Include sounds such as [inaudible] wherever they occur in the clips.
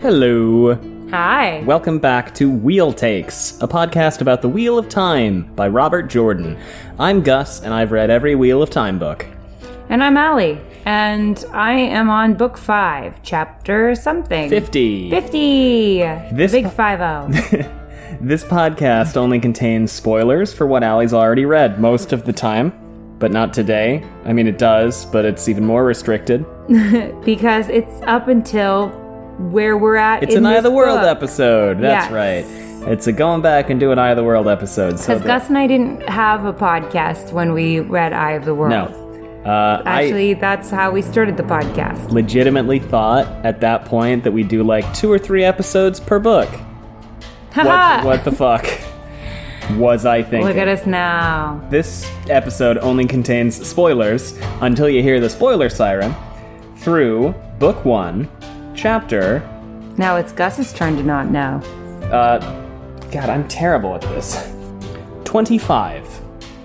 Hello. Hi. Welcome back to Wheel Takes, a podcast about the Wheel of Time by Robert Jordan. I'm Gus, and I've read every Wheel of Time book. and I'm Allie, and I am on book five, chapter something. 50. 50. This- Big [laughs] 50. This podcast only contains spoilers for what Allie's already read most of the time, but not today. I mean, it does, but it's even more restricted. because it's up until where we're at. It's an in Eye this of the World book. episode. That's Yes. right. It's a going back and do an Eye of the World episode. So Because the- Gus and I didn't have a podcast when we read Eye of the World. no, uh, I- Actually, that's how we started the podcast. legitimately thought at that point that we do like two or three episodes per book. What, Haha! what the fuck was I thinking? Look at us now. This episode only contains spoilers until you hear the spoiler siren through book one, chapter. Now it's Gus's turn to not know. Uh, God, I'm terrible at this. 25,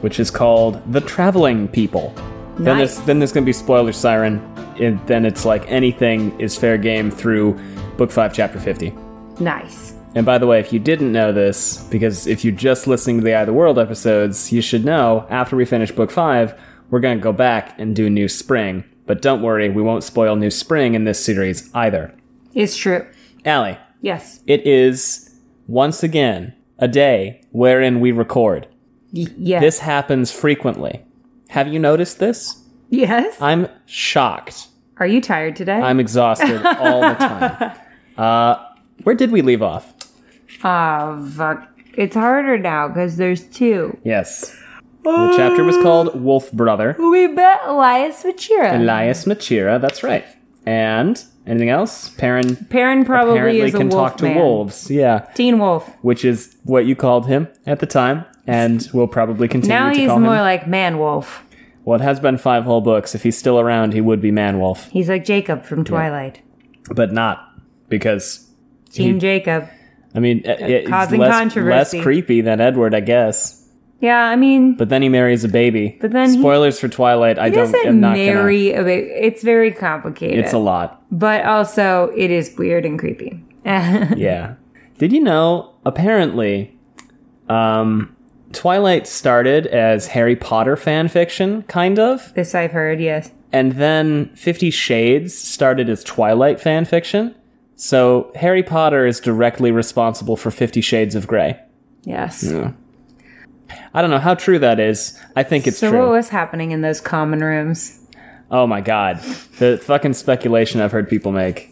which is called The Traveling People. Then Nice. there's then there's gonna be spoiler siren, and then it's like anything is fair game through book five, chapter 50. Nice. And by the way, if you didn't know this, because if you're just listening to the Eye of the World episodes, you should know after we finish book five, we're going to go back and do New Spring. But don't worry, we won't spoil New Spring in this series either. It's true. Allie, Yes. it is once again a day wherein we record. Y- yes. This happens frequently. Have you noticed this? yes. I'm shocked. Are you tired today? I'm exhausted all the time. Uh, where did we leave off? Oh, fuck. It's harder now because there's two. Yes. The chapter was called Wolf Brother. We bet Elias Machira. Elias Machira, that's right. And anything else? Perrin Perrin probably apparently is a can wolf talk to man. wolves. Yeah, Teen wolf. which is what you called him at the time, and will probably continue now to he's call more him. like man wolf. well, it has been five whole books. If he's still around, he would be Man Wolf, He's like Jacob from Twilight. but not because Team Jacob. I mean, uh, it's causing less, controversy. less creepy than Edward, I guess. Yeah, I mean, But then he marries a baby. But then he- spoilers for Twilight. I he don't. doesn't I'm not gonna. marry a ba- It's very complicated. It's a lot. But also, it is weird and creepy. [laughs] yeah. Did you know? Apparently, um, Twilight started as Harry Potter fan fiction, kind of, this I've heard, yes. and then Fifty Shades started as Twilight fan fiction. So Harry Potter is directly responsible for Fifty Shades of Grey. Yes. I don't know how true that is. I think it's so, true. what was happening in those common rooms? oh my god, the fucking speculation I've heard people make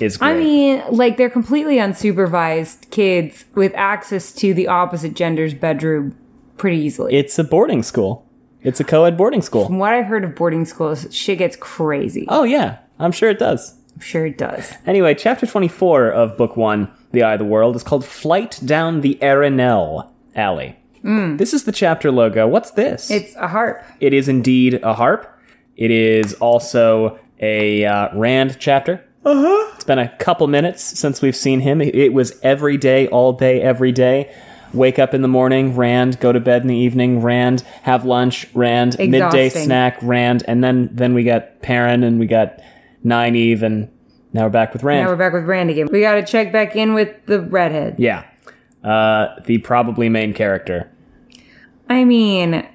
is great. I mean, like they're completely unsupervised kids with access to the opposite gender's bedroom pretty easily. it's a boarding school. It's a co-ed boarding school. From what I've heard of boarding schools, shit gets crazy. Oh yeah, I'm sure it does. I'm sure it does. Anyway, chapter 24 of book one, The Eye of the World, is called Flight Down the Arenal Alley. Hmm. This is the chapter logo. What's this? It's a harp. it is indeed a harp. It is also a uh, Rand chapter. Uh Uh-huh. huh. It's been a couple minutes since we've seen him. It- It was every day, all day, every day. Wake up in the morning, Rand. Go to bed in the evening, Rand. Have lunch, Rand. Midday Exhausting. snack, Rand. And then then we got Perrin and we got Nynaeve and Now we're back with Rand. Now we're back with Rand again. We got to check back in with the redhead. yeah. Uh, the probably main character. I mean,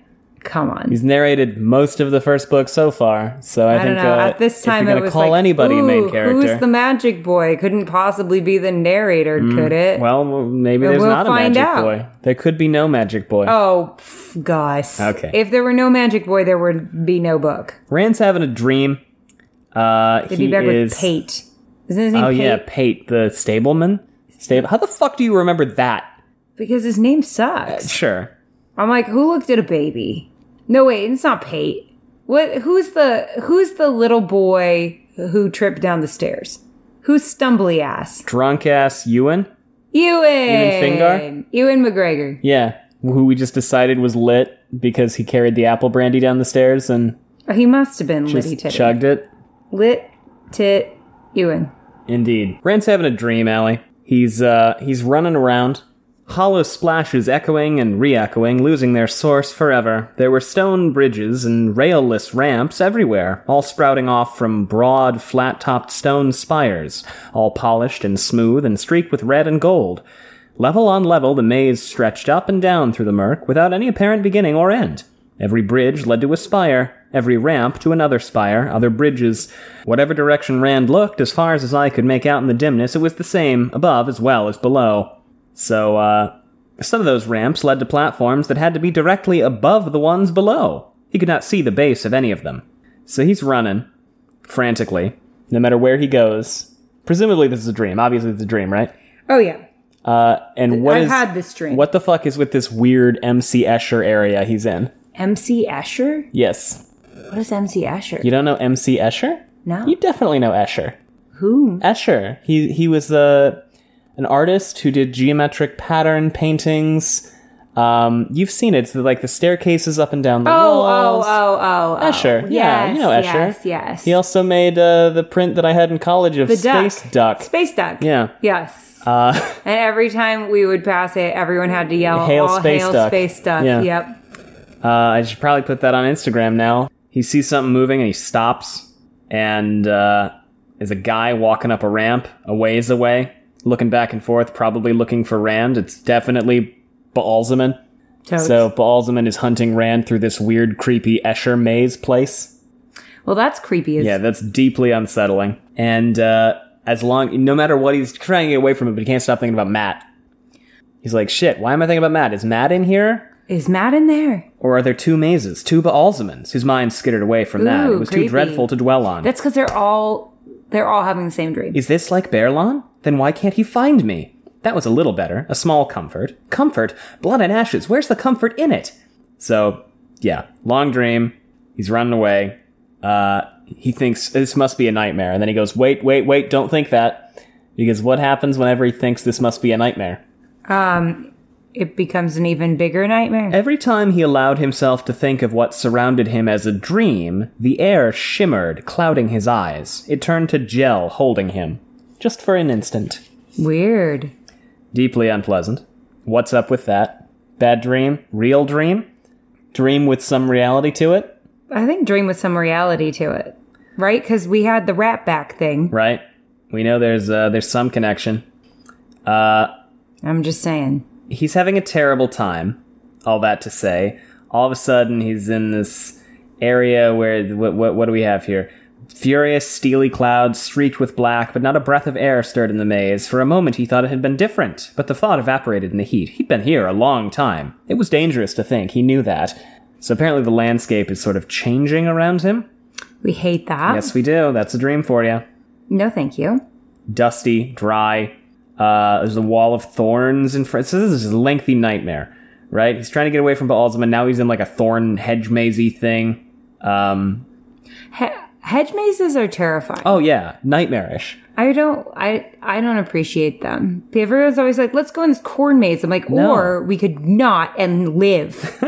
come on. He's narrated most of the first book so far, so I, I think don't know. uh, At this if time, you're it gonna was call like, anybody a "Ooh, main character. Mm, Who's the magic boy? Couldn't possibly be the narrator, could it? well, maybe But there's we'll not a find magic out. boy. There could be no magic boy. oh, pff, Gus. Okay. If there were no magic boy, there would be no book. Rand's having a dream. Uh, They'd he be back is. with Pate. Isn't his name oh Pate? yeah, Pate the stableman. Stable. How the fuck do you remember that? Because his name sucks. Sure. I'm like, who looked at a baby? No, wait, it's not Pate. What? Who's the Who's the little boy who tripped down the stairs? Who's stumbly ass? Drunk ass Ewan. Ewan. Fingar? Ewan McGregor. Yeah, who we just decided was lit because he carried the apple brandy down the stairs and Oh, he must have been Litty just Titty. chugged it. Lit Tit Ewan. Indeed. Rand's having a dream, Allie. He's uh he's running around. Hollow splashes echoing and re-echoing, losing their source forever. There were stone bridges and railless ramps everywhere, all sprouting off from broad, flat-topped stone spires, all polished and smooth and streaked with red and gold. Level on level, the maze stretched up and down through the murk without any apparent beginning or end. Every bridge led to a spire, every ramp to another spire, other bridges. Whatever direction Rand looked, as far as his eye could make out in the dimness, it was the same, above as well as below. So, uh, some of those ramps led to platforms that had to be directly above the ones below. He could not see the base of any of them. So he's running, frantically, no matter where he goes. Presumably, this is a dream. Obviously, it's a dream, right? Oh yeah. Uh, and what I've is- had this dream. What the fuck is with this weird MC Escher area he's in? MC Escher? Yes, What is MC Escher? you don't know MC Escher? no. You definitely know Escher. Whom? Escher. He he was a an artist who did geometric pattern paintings. Um, you've seen it. It's the, like the staircases up and down the Oh, oh, walls. oh, oh, oh. Escher. Yeah, you know Escher. Yes, yes. He also made uh, the print that I had in college of the duck. Space Duck. Space duck. yeah. Yes. Uh, [laughs] and every time we would pass it, everyone had to yell, Hail All Space hail Duck." Space Duck. Yeah. Yep. Uh, I should probably put that on Instagram now. He sees something moving and he stops. And uh, there's a guy walking up a ramp a ways away, looking back and forth, probably looking for Rand. It's definitely Baalzaman. Totes. So Baalzaman is hunting Rand through this weird, creepy Escher maze place. well, that's creepy as Yeah, that's deeply unsettling. And uh, as long, no matter what, he's trying to get away from it, but he can't stop thinking about Matt. He's like, shit, why am I thinking about Matt? Is Matt in here? Is Matt in there? Or are there two mazes, two Baalzamans, whose minds skittered away from that? Ooh, It was creepy. too dreadful to dwell on. That's because they're all they're all having the same dream. Is this like Berlon? Then why can't he find me? That was a little better, a small comfort. Comfort? Blood and ashes, where's the comfort in it? So, yeah, long dream. He's running away. Uh, he thinks this must be a nightmare, and then he goes, wait, wait, wait, don't think that. Because what happens whenever he thinks this must be a nightmare? Um, it becomes an even bigger nightmare. Every time he allowed himself to think of what surrounded him as a dream, the air shimmered, clouding his eyes. It turned to gel, holding him. Just for an instant. Weird. Deeply unpleasant. What's up with that? Bad dream? Real dream? Dream with some reality to it? I think dream with some reality to it, right? Because we had the rat back thing. Right? We know there's, uh, there's some connection. I'm just saying. he's having a terrible time. All that to say, all of a sudden he's in this area where what what, what do we have here? Furious, steely clouds streaked with black, but not a breath of air stirred in the maze. For a moment he thought it had been different, but the thought evaporated in the heat. He'd been here a long time. It was dangerous to think, he knew that. So apparently the landscape is sort of changing around him. We hate that. Yes, we do. That's a dream for you No, thank you. dusty, dry. Uh, there's a wall of thorns in front. So this is a lengthy nightmare, right? He's trying to get away from Baalzman. Now he's in like a thorn hedge mazy thing. Um, He- hedge mazes are terrifying. oh yeah, nightmarish. I don't. I I don't appreciate them. Everyone's always like, "Let's go in this corn maze." I'm like, No. [laughs] or we could not and live.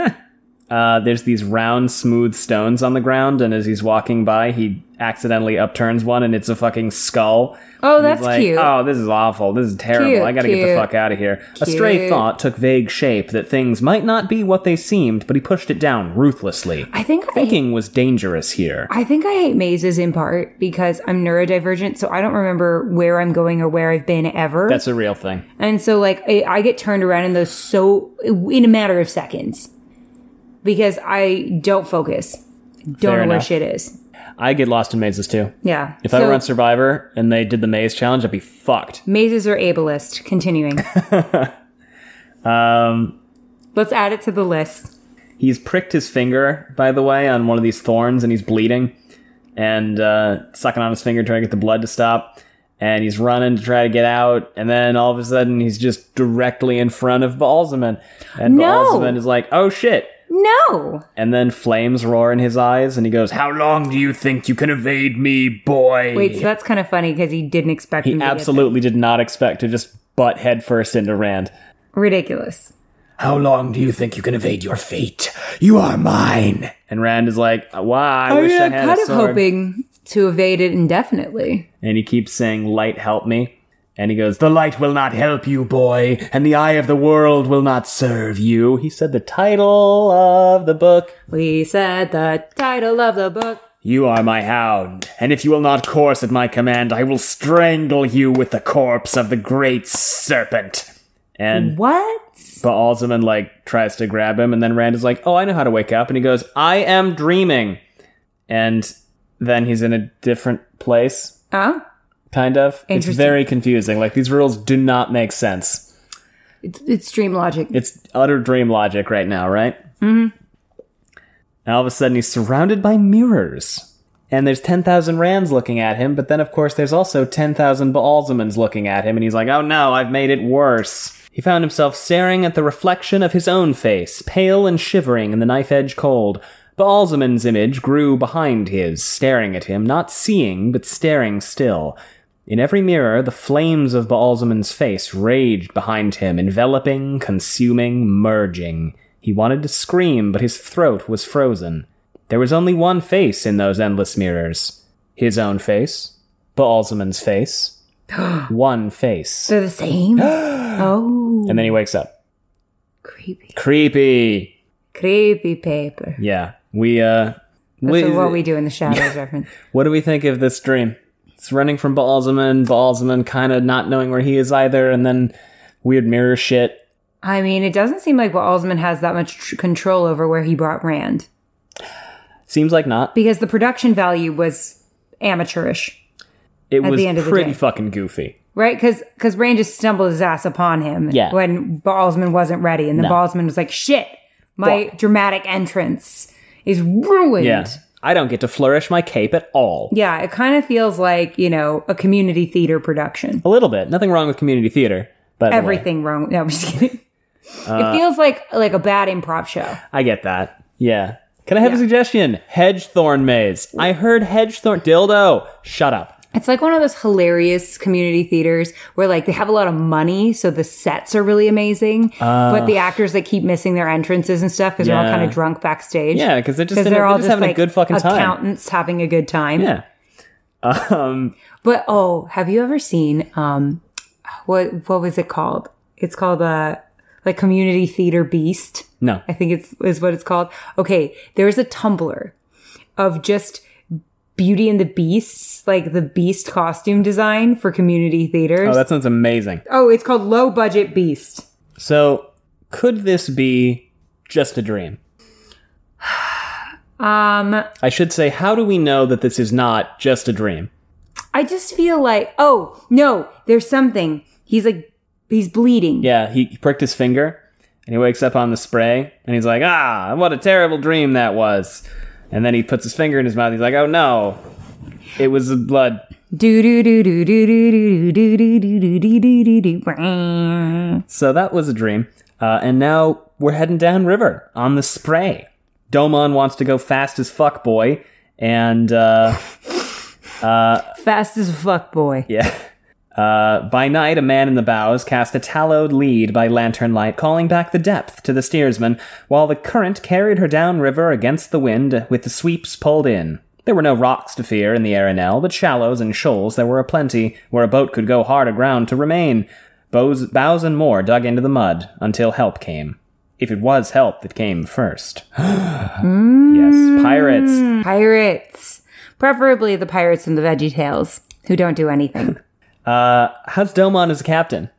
Uh, there's these round, smooth stones on the ground, and as he's walking by, he accidentally upturns one, and it's a fucking skull. Oh, And he's that's like, cute. Oh, this is awful. This is terrible. Cute, I gotta get the cute. fuck out of here. A stray Cute. thought took vague shape that things might not be what they seemed, but he pushed it down ruthlessly. I think I, Thinking was dangerous here. I think I hate mazes in part because I'm neurodivergent, so I don't remember where I'm going or where I've been ever. That's a real thing. And so, like, I, I get turned around in those so in a matter of seconds because I don't focus, don't Fair know where enough. shit is. I get lost in mazes too. Yeah. If I were on Survivor and they did the maze challenge, I'd be fucked. mazes are ableist. Continuing, [laughs] Um, let's add it to the list. he's pricked his finger, by the way, on one of these thorns, and he's bleeding, and uh, sucking on his finger trying to get the blood to stop. And he's running to try to get out, and then all of a sudden he's just directly in front of Balzaman, and No! Balzaman is like, "Oh shit!" No, And then flames roar in his eyes, and he goes, "How long do you think you can evade me, boy?" wait, so that's kind of funny because he didn't expect he him to get absolutely did not expect to just butt headfirst into Rand. there. ridiculous. How long do you think you can evade your fate? You are mine. And Rand is like, "Why? I I wish mean, I I'm had Oh, kind a of sword." hoping to evade it indefinitely. and he keeps saying, Light, help me. And he goes, The light will not help you, boy, and the eye of the world will not serve you. He said the title of the book, We said the title of the book. You Are My Hound, and if you will not course at my command, I will strangle you with the corpse of the great serpent. And What? Baalzaman, like, tries to grab him, and then Rand is like, Oh, I know how to wake up. And he goes, I am dreaming. And then he's in a different place Huh? kind of. It's Interesting. very confusing. Like these rules do not make sense. It's, it's stream logic. It's utter dream logic right now, right? Mm-hmm. And all of a sudden, he's surrounded by mirrors, and there's ten thousand rands looking at him. But then, of course, there's also ten thousand Baalzamans looking at him, and he's like, "Oh no, I've made it worse." He found himself staring at the reflection of his own face, pale and shivering in the knife edge cold. Baalzaman's image grew behind his, staring at him, not seeing, but staring still. In every mirror, the flames of Baalzaman's face raged behind him, enveloping, consuming, merging. He wanted to scream, but his throat was frozen. There was only one face in those endless mirrors his own face, Baalzaman's [gasps] face, one face. They're [gasps] the same. oh, And then he wakes up. creepy, Creepy. creepy paper. Yeah. We, uh. That's what we do in [laughs] the shadows reference. What do we think of this dream? It's running from Baalzaman, Baalzaman kind of not knowing where he is either, and then weird mirror shit. I mean, it doesn't seem like Alsman has that much tr- control over where he brought Rand Seems like not. because the production value was amateurish, It at was the end of the pretty day. fucking goofy. right? Because Rand just stumbled his ass upon him Yeah. when Alsman wasn't ready, and then Balsman was like, "Shit, my dramatic entrance is ruined." Yeah. I don't get to flourish my cape at all. Yeah, it kind of feels like you know a community theater production. A little bit. Nothing wrong with community theater. But Everything wrong. No, I'm just kidding. Uh, it feels like like a bad improv show. I get that. Yeah. Can I have a suggestion? Hedge thorn maze. I heard hedge thorn dildo. Shut up. It's like one of those hilarious community theaters where like they have a lot of money, so the sets are really amazing, but the actors that keep missing their entrances and stuff because they're all Yeah. kind of drunk backstage. Yeah, because they're just, because in, they're all just just, having like a good fucking time. accountants having a good time. Yeah. Um, But oh, have you ever seen um, what what was it called? It's called uh, like community theater beast. no. Oh, I think it's is what it's called. Okay, there's a Tumblr of just Beauty and the Beasts, like the Beast costume design for community theaters. Oh, Oh, that sounds amazing. it's called Low Budget Beast. So, could this be just a dream? [sighs] Um, I should say, how do we know that this is not just a dream? I just feel like, oh no, there's something. He's like, he's bleeding. Yeah, he he pricked his finger and he wakes up on the spray and he's like, ah, what a terrible dream that was. And then he puts his finger in his mouth. He's like, oh no, it was the blood. Do do do do do do do do do do do do do do do. Brrrr. So that was a dream. Uh, and now we're heading downriver on the spray. Domon wants to go fast as fuck, boy. And, uh, Fast as fuck, boy. yeah. Uh, by night, a man in the bows cast a tallowed lead by lantern light, calling back the depth to the steersman, while the current carried her downriver against the wind with the sweeps pulled in. There were no rocks to fear in the Arenal, but shallows and shoals there were aplenty, where a boat could go hard aground to remain. Bows, bows and more dug into the mud until help came. If it was help that came first. [gasps] yes, pirates. Hmm. Pirates. Preferably the pirates from the Veggie Tales, who don't [laughs] do anything. Uh, how's Delmon as a captain?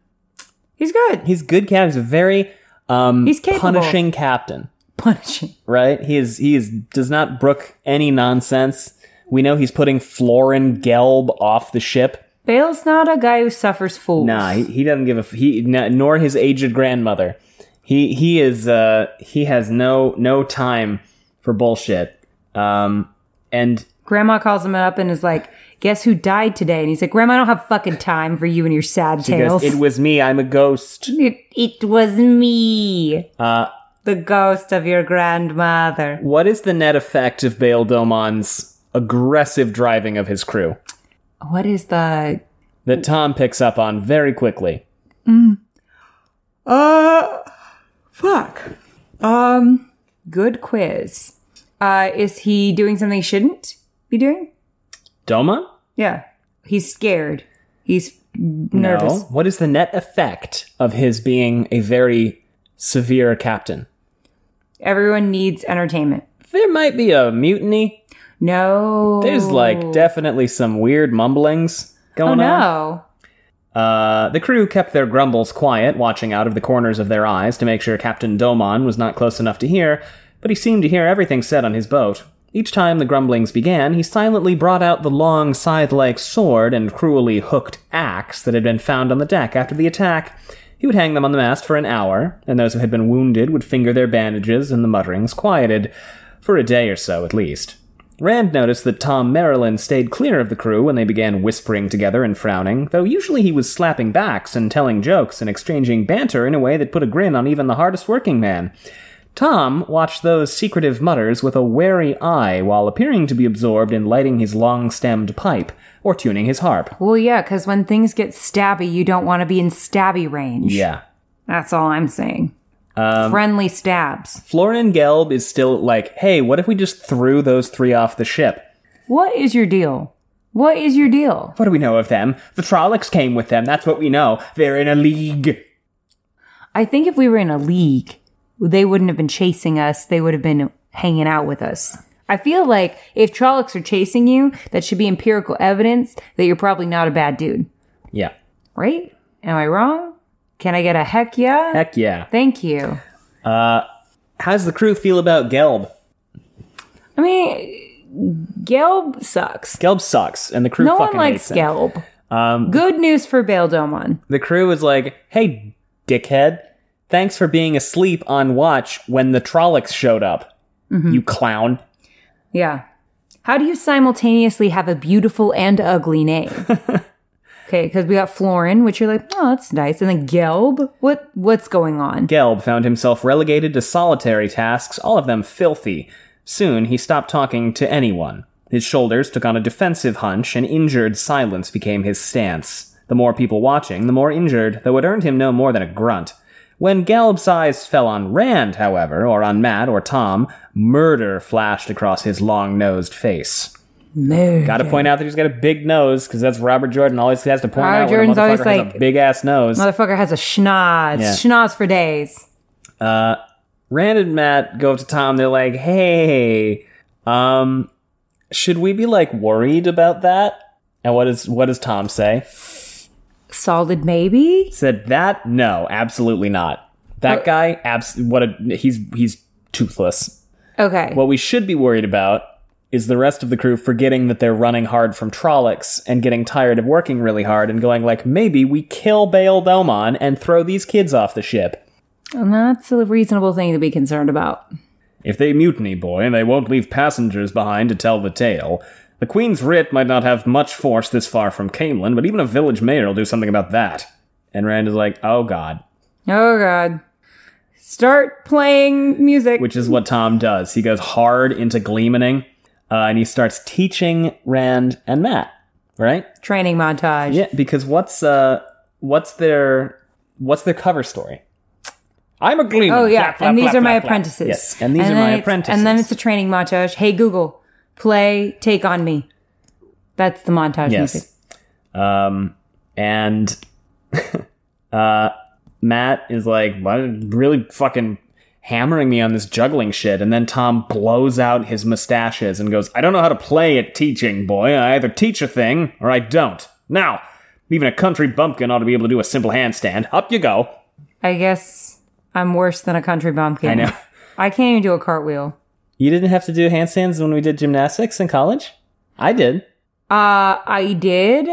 He's good. He's a good captain. He's a very um, He's capable. punishing captain, Punishing. right? He is he is does not brook any nonsense. We know he's putting Florin Gelb off the ship. Bale's not a guy who suffers fools. Nah, he, he doesn't give a f- he n- nor his aged grandmother. He he is uh he has no no time for bullshit. Um and Grandma calls him up and is like, Guess who died today? And he's like, Grandma, I don't have fucking time for you and your sad he goes, it tales. was me. I'm a ghost. It, [laughs] it was me, Uh, the ghost of your grandmother. what is the net effect of Bail Domon's aggressive driving of his crew? What is the. that Tom picks up on very quickly. Uh. Fuck. Um. Good quiz. Uh, is he doing something he shouldn't be doing? Doma? Yeah. He's scared. He's nervous. No. What is the net effect of his being a very severe captain? Everyone needs entertainment. There might be a mutiny. No. There's like definitely some weird mumblings Oh going on. no. Uh, the crew kept their grumbles quiet, watching out of the corners of their eyes to make sure Captain Domon was not close enough to hear, but he seemed to hear everything said on his boat. Each time the grumblings began, he silently brought out the long scythe like sword and cruelly hooked axe that had been found on the deck after the attack. He would hang them on the mast for an hour, and those who had been wounded would finger their bandages and the mutterings quieted, for a day or so at least. Rand noticed that Tom Marilyn stayed clear of the crew when they began whispering together and frowning, though usually he was slapping backs and telling jokes and exchanging banter in a way that put a grin on even the hardest working man. Tom watched those secretive mutters with a wary eye while appearing to be absorbed in lighting his long stemmed pipe or tuning his harp. Well, yeah, because when things get stabby, you don't want to be in stabby range. Yeah. Um, That's all I'm saying. Friendly stabs. Florin Gelb is still like, hey, what if we just threw those three off the ship? What is your deal? What is your deal? What do we know of them? The Trollocs came with them, that's what we know. They're in a league. I think if we were in a league, they wouldn't have been chasing us. They would have been hanging out with us. I feel like if Trollocs are chasing you, that should be empirical evidence that you're probably not a bad dude, Yeah. right? Am I wrong? Can I get a heck yeah? Heck yeah. Thank you. How's Uh, the crew feel about Gelb? I mean, Gelb sucks. Gelb sucks, and the crew No one fucking Um, likes hates him. Gelb. Good news for Bail Domon. The crew is like, "Hey, dickhead, thanks for being asleep on watch when the Trollocs showed up. Mm-hmm. You clown." Yeah. How do you simultaneously have a beautiful and ugly name? [laughs] okay, because we got Florin, which you're like, oh, that's nice, and then Gelb. What what's going on? Gelb found himself relegated to solitary tasks, all of them filthy. Soon he stopped talking to anyone. His shoulders took on a defensive hunch, and injured silence became his stance. The more people watching, the more injured, though it earned him no more than a grunt. When Gelb's eyes fell on Rand, however, or on Matt or Tom, murder flashed across his long nosed face. Murder. Gotta point out that he's got a big nose, because that's Robert Jordan always has to point Robert out when Jordan's a always motherfucker has like- a big ass nose. Motherfucker has a schnoz. Yeah. Schnoz for days. Rand and Matt go up to Tom. They're like, "Hey, um, should we be like worried about that?" And what is what does Tom say? Solid maybe? Said that? No, absolutely not. That guy, abs- what a he's he's toothless. Okay. What we should be worried about is the rest of the crew forgetting that they're running hard from Trollocs and getting tired of working really hard and going like, maybe we kill Bail Delmon and throw these kids off the ship. And that's a reasonable thing to be concerned about. If they mutiny, boy, they won't leave passengers behind to tell the tale. The Queen's writ might not have much force this far from Camelin, but even a village mayor will do something about that. And Rand is like, oh god. Oh god. Start playing music. Which is what Tom does. He goes hard into gleamaning, uh, and he starts teaching Rand and Matt. right? Training montage. Yeah, because what's uh what's their what's their cover story? I'm a gleeman. Oh yeah, Flap, flap, and these flap, are my flap, flap. apprentices. Yes, and these are then my it's- apprentices. And then it's a training montage. Hey Google, play "Take on Me." That's the montage music. yes. Um, and [laughs] uh, Matt is like "Why are you really fucking hammering me on this juggling shit, and then Tom blows out his mustaches and goes, "I don't know how to play at teaching, boy. I either teach a thing or I don't." Now, even a country bumpkin ought to be able to do a simple handstand. Up you go. I guess I'm worse than a country bumpkin. I know. [laughs] [laughs] I can't even do a cartwheel. You didn't have to do handstands when we did gymnastics in college? I did. Uh, I did,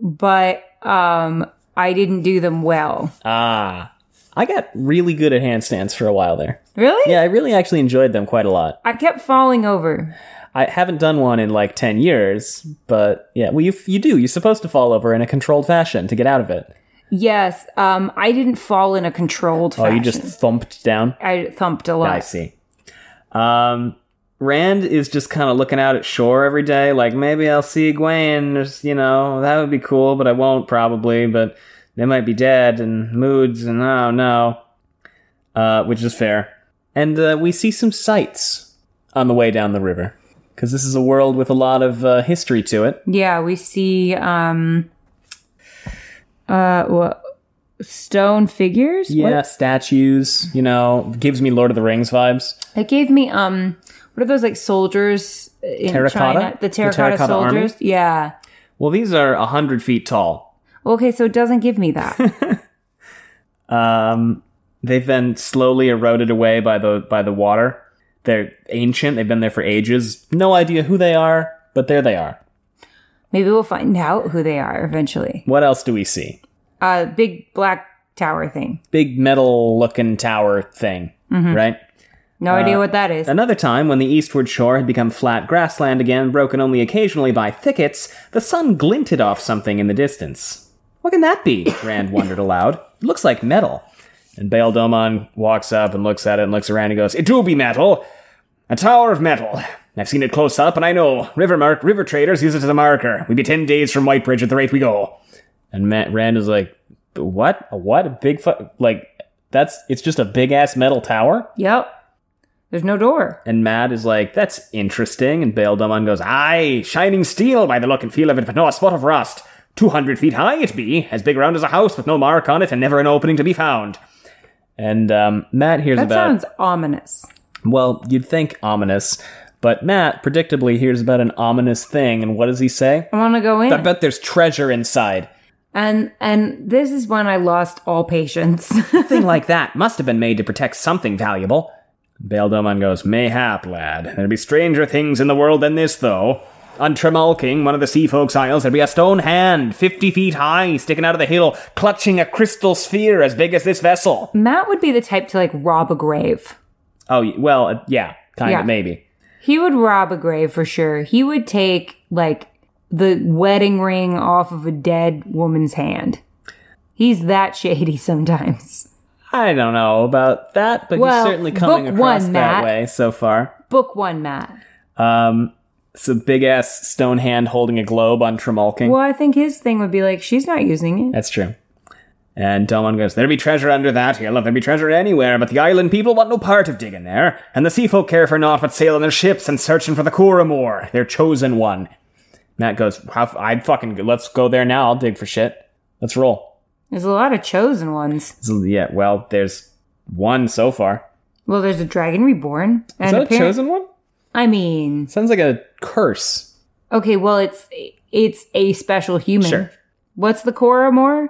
but um, I didn't do them well. Ah. I got really good at handstands for a while there. Really? Yeah, I really actually enjoyed them quite a lot. I kept falling over. I haven't done one in like 10 years, but yeah, well, you, you do. You're supposed to fall over in a controlled fashion to get out of it. Yes. Um, I didn't fall in a controlled Oh, fashion. you just thumped down? I thumped a lot. I see. Um, Rand is just kind of looking out at shore every day, like maybe I'll see Egwene. There's, you know, that would be cool, but I won't probably. But they might be dead and moods and oh no, uh, which is fair. And uh, we see some sights on the way down the river because this is a world with a lot of uh, history to it. Yeah, we see um uh what stone figures? Yeah, What? statues. You know, gives me Lord of the Rings vibes. It gave me um what are those like soldiers in Terracotta? China? The The terracotta, terracotta army? soldiers? Yeah. Well, these are a hundred feet tall. Okay, so it doesn't give me that. [laughs] Um, they've been slowly eroded away by the by the water. They're ancient. They've been there for ages. No idea who they are, but there they are. Maybe we'll find out who they are eventually. What else do we see? Uh big black tower thing. Big metal looking tower thing, right? No Uh, idea what that is. Another time, when the eastward shore had become flat grassland again, broken only occasionally by thickets, the sun glinted off something in the distance. What can that be? Rand wondered aloud. It looks like metal. And Baal Doman walks up and looks at it and looks around and goes, It do be metal. A tower of metal. I've seen it close up, and I know. River mark, river traders use it as a marker. We be ten days from Whitebridge at the rate we go. And Matt Rand is like, What? A what? A big fu- like that's it's just a big ass metal tower? Yep. There's no door. And Matt is like, that's interesting. And Bail Doman goes, aye, shining steel by the look and feel of it, but no a spot of rust. 200 feet high it be, as big round as a house with no mark on it and never an opening to be found. And um, Matt hears That about, sounds ominous. well, you'd think ominous, but Matt predictably hears about an ominous thing. And what does he say? I want to go in. I bet there's treasure inside. and and this is when I lost all patience. [laughs] Something like that must have been made to protect something valuable. Bail Doman goes, Mayhap, lad. There be stranger things in the world than this, though. On Tremalking, one of the sea folks' isles, there be a stone hand, fifty feet high, sticking out of the hill, clutching a crystal sphere as big as this vessel. Matt would be the type to like rob a grave. Oh, y- well, uh, yeah, kind of, Yeah. maybe. He would rob a grave for sure. He would take like the wedding ring off of a dead woman's hand. He's that [laughs] shady sometimes. I don't know about that, but Well, he's certainly coming book across one, that Matt. way so far. Book one, Matt. Um, it's a big ass stone hand holding a globe on Tremalking. Well, I think his thing would be like, she's not using it. That's true. And Domon goes, There be treasure under that hill, if there be treasure anywhere, but the island people want no part of digging there, and the sea folk care for naught but sailing their ships and searching for the Coramore, their chosen one. Matt goes, How f- I'd fucking, let's go there now, I'll dig for shit. Let's roll. There's a lot of chosen ones. So, yeah, well, there's one so far. Well, there's a dragon reborn. And Is that a apparent- chosen one? I mean, Sounds like a curse. okay, well, it's it's a special human. Sure. What's the Coromor?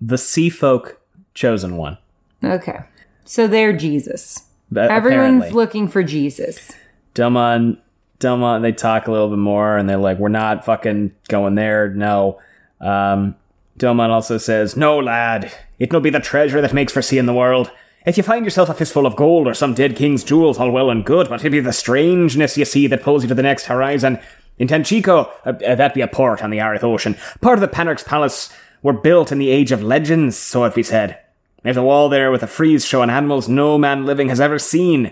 The sea folk chosen one. Okay. So they're Jesus. But Everyone's apparently. looking for Jesus. Delmon, Delmon, they talk a little bit more and they're like, we're not fucking going there. No. Um, Delmon also says, no, lad, it will be the treasure that makes for seeing the world. If you find yourself a fistful of gold or some dead king's jewels, all well and good, but it be the strangeness you see that pulls you to the next horizon. In Tanchico, uh, uh, that be a port on the Arith Ocean, part of the Panarch's Palace, were built in the Age of Legends, so it be said. There's a wall there with a frieze showing animals no man living has ever seen.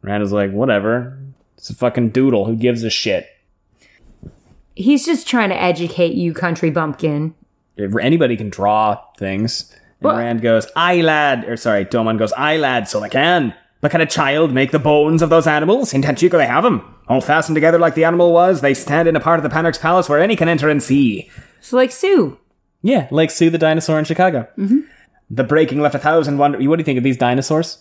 Rand is like, whatever. It's a fucking doodle. Who gives a shit? He's just trying to educate you, country bumpkin. If anybody can draw things. And Well- Rand goes, "I lad," or sorry, Doman goes, "I lad," so they can. But can a child make the bones of those animals? In Tanchico they have 'em, all fastened together like the animal was. They stand in a part of the Panarch's palace where any can enter and see. So, like Sue, Yeah, like Sue the dinosaur in Chicago. Mm-hmm. The breaking left a thousand wonder. What do you think of these dinosaurs?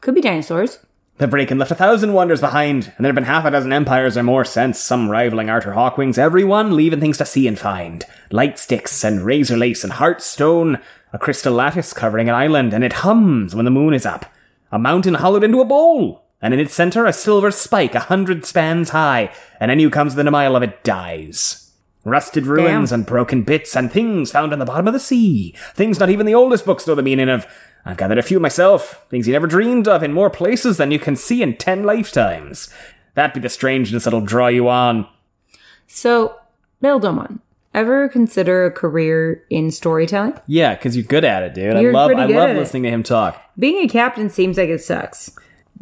could be dinosaurs. The Breakin left a thousand wonders behind, and there have been half a dozen empires or more since, some rivaling Arthur Hawkwings, every one leaving things to see and find. Light sticks and razor lace and heart stone, a crystal lattice covering an island, and it hums when the moon is up. A mountain hollowed into a bowl, and in its centre a silver spike a hundred spans high, and any who comes within a mile of it dies. Rusted ruins and broken bits and things found on the bottom of the sea. Things not even the oldest books know the meaning of. I've gathered a few myself. Things you never dreamed of in more places than you can see in ten lifetimes. That be the strangeness that'll draw you on. So, Bill Doman, ever consider a career in storytelling? Yeah, because you're good at it, dude. You're I love pretty I good at love it. listening to him talk. Being a captain seems like it sucks.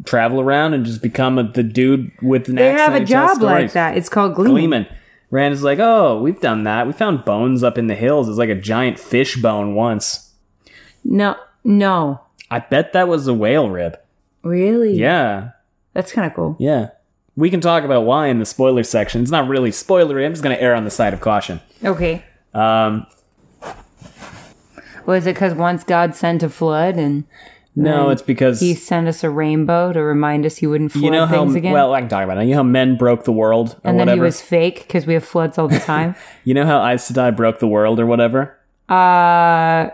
Travel around and just become a, the dude with an They accent have who a tells job like stories. that. It's called gleaming. Gleeman. Rand is like, oh, we've done that. We found bones up in the hills. It's like a giant fish bone once. No, no, I bet that was a whale rib. really. Yeah, that's kind of cool. yeah. We can talk about why in the spoiler section. It's not really spoilery. I'm just going to err on the side of caution. Okay, Um, was it because once God sent a flood and no, it's because He sent us a rainbow to remind us He wouldn't flood you know how things again? well I can talk about it. You know how men broke the world or and then whatever. He was fake because we have floods [laughs] all the time. You know how Aes Sedai broke the world or whatever. uh,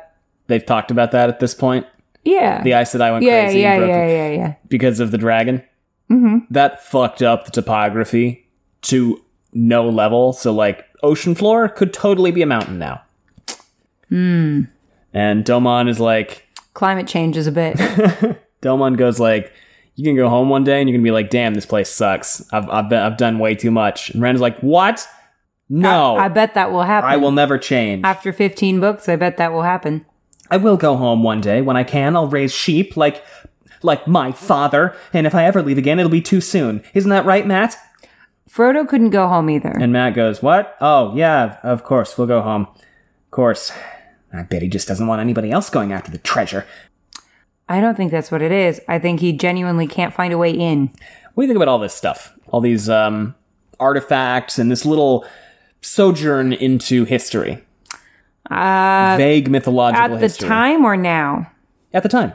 They've talked about that at this point. yeah, The Aes Sedai went Uh, yeah, crazy yeah, and broke the- yeah, yeah, yeah. because of the dragon. Mhm. That fucked up the topography to no level. So, like, ocean floor could totally be a mountain now. Hmm. And Domon is like, Climate changes a bit. Domon goes like, you can go home one day and you're gonna be like, damn, this place sucks. I've I've, been, I've done way too much. And Rand's like, what? No, I bet that will happen. I will never change. After 15 books, I bet that will happen. I will go home one day when I can. I'll raise sheep like like my father. And if I ever leave again, it'll be too soon. Isn't that right, Matt? Frodo couldn't go home either. And Matt goes, What? Oh, yeah, of course, we'll go home. Of course. I bet he just doesn't want anybody else going after the treasure. I don't think that's what it is. I think he genuinely can't find a way in. What do you think about all this stuff? All these um, artifacts and this little sojourn into history. Uh, Vague mythological at the history. time or now? At the time.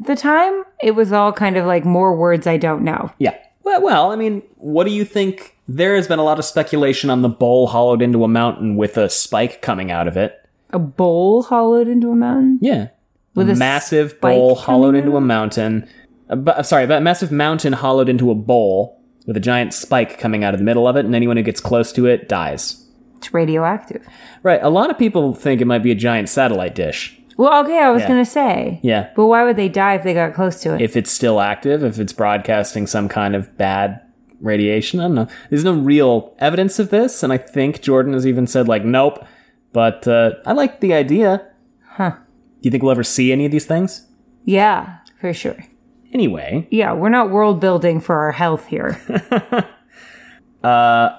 At the time, it was all kind of like more words I don't know. Yeah. Well, well, I mean, what do you think? There has been a lot of speculation on the bowl hollowed into a mountain with a spike coming out of it. A bowl hollowed into a mountain? Yeah. With a massive spike bowl coming hollowed into out? a mountain. A bu- sorry, a massive mountain hollowed into a bowl with a giant spike coming out of the middle of it, and anyone who gets close to it dies. It's radioactive. Right. A lot of people think it might be a giant satellite dish. Well, okay, I was Yeah. going to say. Yeah. But why would they die if they got close to it? If it's still active, if it's broadcasting some kind of bad radiation, I don't know. There's no real evidence of this, and I think Jordan has even said like, nope. But uh, I like the idea. Huh. Do you think we'll ever see any of these things? yeah, for sure. Anyway, Yeah, we're not world building for our [laughs] health here. A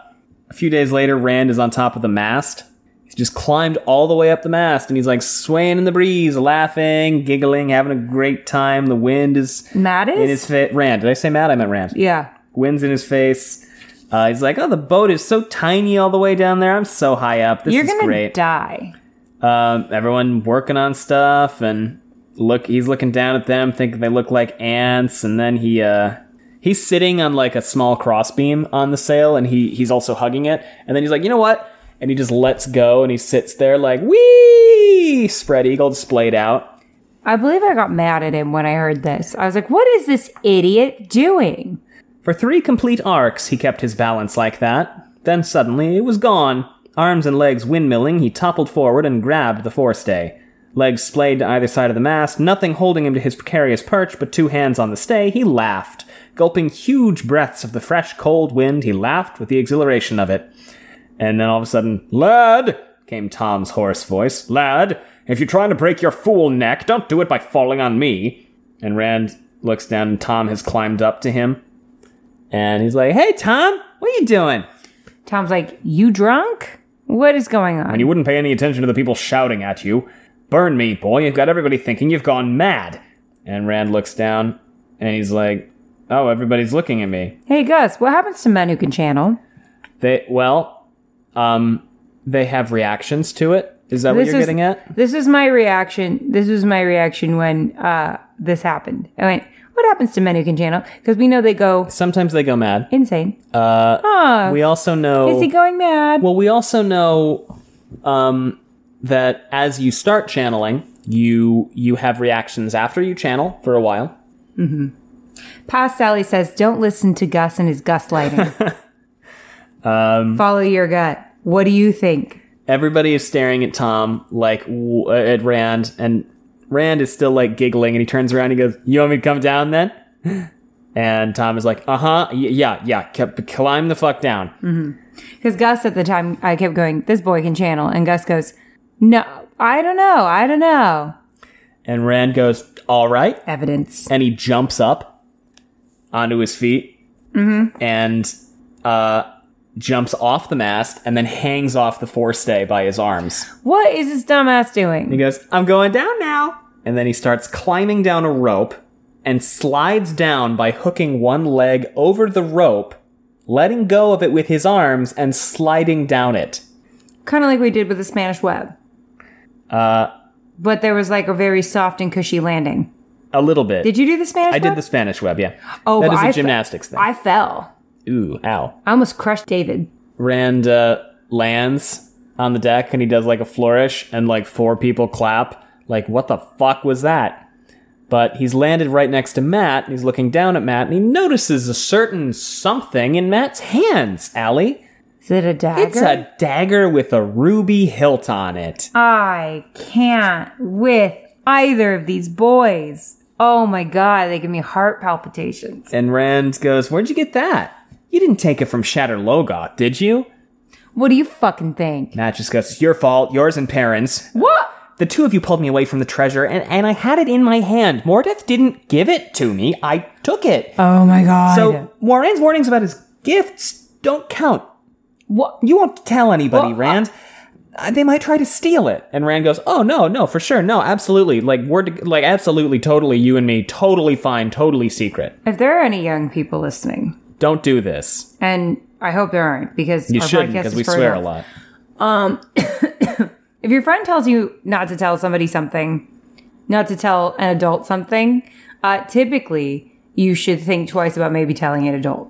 few days later, Rand is on top of the mast. He's just climbed all the way up the mast and he's like swaying in the breeze, laughing, giggling, having a great time. The wind is Matt in is? his face. Rand. Did I say Matt? I meant Rand. yeah. Wind's in his face. Uh, he's like, oh, the boat is so tiny all the way down there. I'm so high up. This You're is going to great. die. um, everyone working on stuff and look, he's looking down at them, thinking they look like ants. And then he, uh, he's sitting on like a small crossbeam on the sail and he, he's also hugging it. And then he's like, you know what? And he just lets go and he sits there like, wee, spread eagle displayed out. I believe I got mad at him when I heard this. I was like, what is this idiot doing? For three complete arcs, he kept his balance like that. Then suddenly, it was gone. Arms and legs windmilling, he toppled forward and grabbed the forestay. Legs splayed to either side of the mast, nothing holding him to his precarious perch but two hands on the stay, he laughed. Gulping huge breaths of the fresh, cold wind, he laughed with the exhilaration of it. And then all of a sudden, Lad! came Tom's hoarse voice. Lad, if you're trying to break your fool neck, don't do it by falling on me. And Rand looks down, and Tom has climbed up to him. And he's like, Hey, Tom, what are you doing? Tom's like, You drunk? What is going on? and you wouldn't pay any attention to the people shouting at you. Burn me, boy. You've got everybody thinking you've gone mad. And Rand looks down and he's like, Oh, everybody's looking at me. hey, Gus, what happens to men who can channel? They, well, um, they have reactions to it. Is that what This you're is- getting at? This is my reaction. This was my reaction when uh, this happened. I went, What happens to men who can channel? Because we know they go Sometimes they go mad. insane. Uh, Oh, we also know. is he going mad? Well, we also know um, that as you start channeling, you you have reactions after you channel for a while. Past Sally says, Don't listen to Gus and his Gus lighting. um, Follow your gut. What do you think? Everybody is staring at Tom like w- uh, at Rand, and Rand is still like giggling, and he turns around and he goes, "You want me to come down then?" [gasps] And Tom is like, "Uh huh, y- yeah, yeah, c- climb the fuck down." Because Gus at the time, I kept going, This boy can channel. And Gus goes, No, I don't know. I don't know. And Rand goes, "All right," Evidence. and he jumps up onto his feet and uh, jumps off the mast and then hangs off the forestay by his arms. What is this dumbass doing? He goes, I'm going down now. And then he starts climbing down a rope and slides down by hooking one leg over the rope, letting go of it with his arms, and sliding down it. Kind of like we did with the Spanish web. Uh, But there was like a very soft and cushy landing. a little bit. Did you do the Spanish I did web? the Spanish web, yeah. Oh, that but is a I fe- gymnastics thing. I fell. Ooh, ow. I almost crushed David. Rand uh, lands on the deck and he does like a flourish and like four people clap. Like, what the fuck was that? But he's landed right next to Matt and he's looking down at Matt and he notices a certain something in Matt's hands, Allie. Is it a dagger? It's a dagger with a ruby hilt on it. I can't with either of these boys. Oh my god, they give me heart palpitations. And Rand goes, Where'd you get that? You didn't take it from Shatter Logoth, did you? What do you fucking think? Matt just goes, Your fault, yours and parents. What? The two of you pulled me away from the treasure, and, and I had it in my hand. Mordeth didn't give it to me. I took it. Oh my god. so, Moran's warnings about his gifts don't count. what? You won't tell anybody, Well, Rand. Uh, they might try to steal it. And Rand goes, Oh, no, no, for sure. No, absolutely. Like, we're, to- like, absolutely, totally, you and me, totally fine, totally secret. If there are any young people listening, Don't do this. and I hope there aren't because You our shouldn't, podcast because is we for swear a adults. Um, lot. [coughs] If your friend tells you not to tell somebody something, not to tell an adult something, uh, typically you should think twice about maybe telling an adult.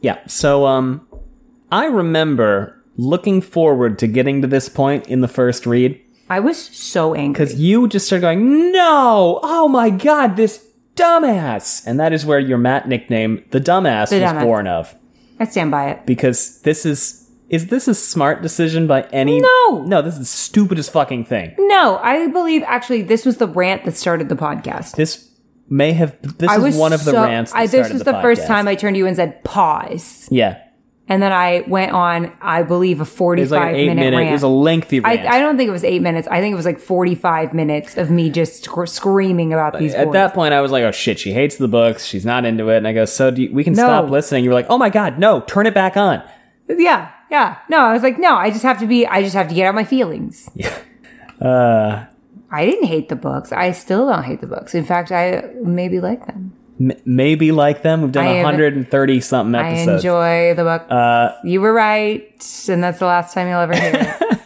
Yeah. So um I remember looking forward to getting to this point in the first read I was so angry. cuz you just started going, "No! Oh my god, this dumbass." And that is where your Matt nickname, the dumbass, was dumbass. born of I stand by it. because this is is this a smart decision by any No! No, this is the stupidest fucking thing. No, I believe actually this was the rant that started the podcast. This may have this I is was one of the so- rants that I, this started was the, the, first podcast. time I turned to you and said pause, Yeah. and then I went on. I believe a It was forty-five like an 8 minute, minute, it rant. was a lengthy I, rant. I don't think it was eight minutes. I think it was like forty-five minutes of me just sc- screaming about these. At boys. that point, I was like, "Oh shit, she hates the books. She's not into it." And I go, "So do you, we can No. stop listening?" You were like, "Oh my god, no! Turn it back on." yeah, yeah. No, I was like, no, I just have to be. I just have to get out my [laughs] feelings. Yeah. Uh, I didn't hate the books. I still don't hate the books. In fact, I maybe like them. M- maybe like them. We've done I have- 130 something I episodes. Uh, enjoy the books. you were right, and that's the last time you'll ever hear it.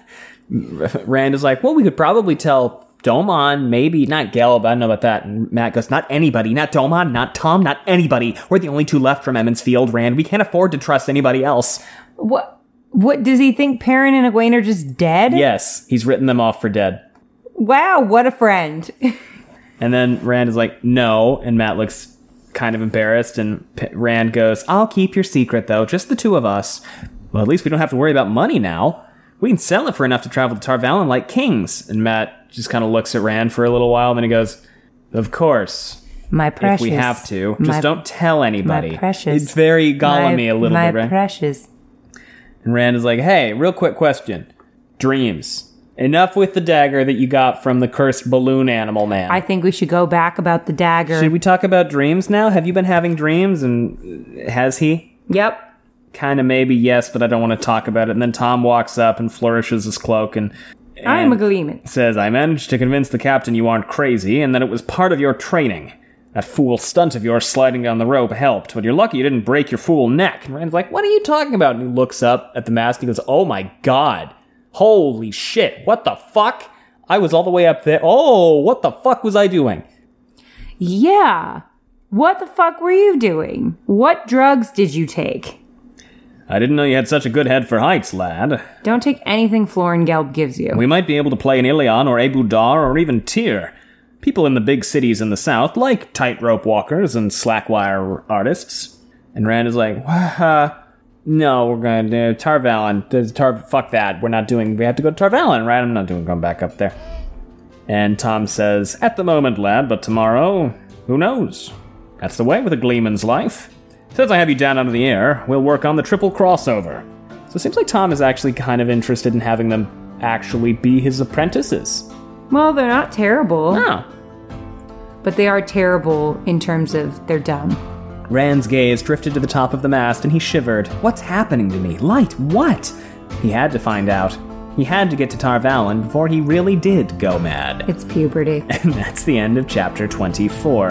[laughs] Rand is like, "Well, we could probably tell Domon, maybe not Gelb. I don't know about that." And Matt goes, "Not anybody. Not Domon. Not Tom. Not anybody. We're the only two left from Emmons Field, Rand. We can't afford to trust anybody else." What? What does he think? Perrin and Egwene are just dead? Yes, he's written them off for dead. Wow, what a friend. [laughs] And then Rand is like, no. And Matt looks kind of embarrassed. And P- Rand goes, I'll keep your secret, though, just the two of us. Well, at least we don't have to worry about money now. We can sell it for enough to travel to Tarvalin like kings. And Matt just kind of looks at Rand for a little while. And then he goes, Of course, My precious. if we have to. Just My- don't tell anybody. precious. It's very my- Gollum a little my bit, right? precious. And Rand is like, hey, real quick question. Dreams. Enough with the dagger that you got from the cursed balloon animal man. I think we should go back about the dagger. Should we talk about dreams now? Have you been having dreams? And uh, has he? yep. kind of maybe yes, but I don't want to talk about it. And then Tom walks up and flourishes his cloak and, and I'm a gleeman. says, I managed to convince the captain you aren't crazy and that it was part of your training. That fool stunt of yours sliding down the rope helped, but you're lucky you didn't break your fool neck. And Rand's like, What are you talking about? And he looks up at the mask and he goes, Oh my god. Holy shit. What the fuck? I was all the way up there. Oh, what the fuck was I doing? Yeah. What the fuck were you doing? What drugs did you take? I didn't know you had such a good head for heights, lad. Don't take anything Florin Gelb gives you. We might be able to play an Ilion or Abu Dar or even Tyr. People in the big cities in the south like tightrope walkers and slackwire artists. And Rand is like, "Wha- uh, no, we're going to Tarvalon. There's Tar- fuck that. We're not doing. We have to go to Tarvalon, right? I'm not doing going back up there. And Tom says, at the moment, lad, but tomorrow, who knows? That's the way with a gleeman's life. Since I have you down out of the air, we'll work on the triple crossover. So it seems like Tom is actually kind of interested in having them actually be his apprentices. well, they're not terrible, Ah. but they are terrible in terms of they're dumb. Rand's gaze drifted to the top of the mast and he shivered. What's happening to me? Light, what? He had to find out. He had to get to Tarvalon before he really did go mad. [laughs] It's puberty. And that's the end of chapter 24.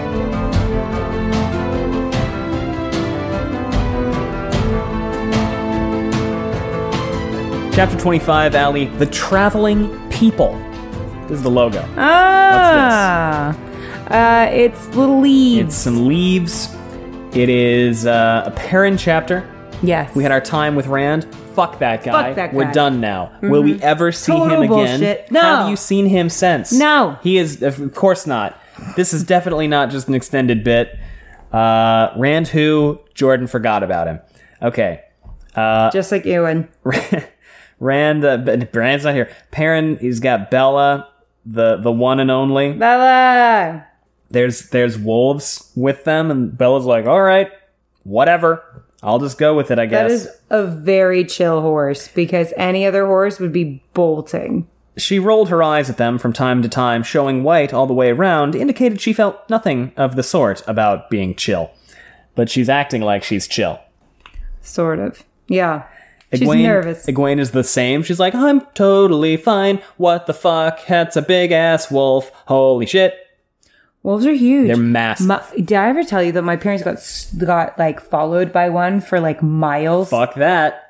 Chapter 25, Alley, The Traveling People. This is the logo. Ah. Uh, it's little It's leaves. some leaves. It is uh, a Perrin chapter. yes. We had our time with Rand. Fuck that guy. Fuck that We're guy. Mm-hmm. done now. Will we ever see Total him again? bullshit. No. Have you seen him since? No. He is, of course not. This is definitely not just an extended bit. Uh, Rand, who Jordan forgot about him. Okay. [laughs] just like Ewan. Rand, uh, B- Rand's not here. Perrin, he's got Bella, the the one and only. Bella. there's there's wolves with them, and Bella's like, all right, whatever, I'll just go with it, I guess. That is a very chill horse because any other horse would be bolting. she rolled her eyes at them from time to time, showing white all the way around, indicated she felt nothing of the sort about being chill, but she's acting like she's chill. Sort of. Yeah. She's Egwene, nervous. Egwene is the same. She's like, I'm totally fine. What the fuck? That's a big ass wolf. Holy shit. Wolves are huge. They're massive. My, did I ever tell you that my parents got s- got like followed by one for like miles? Fuck that.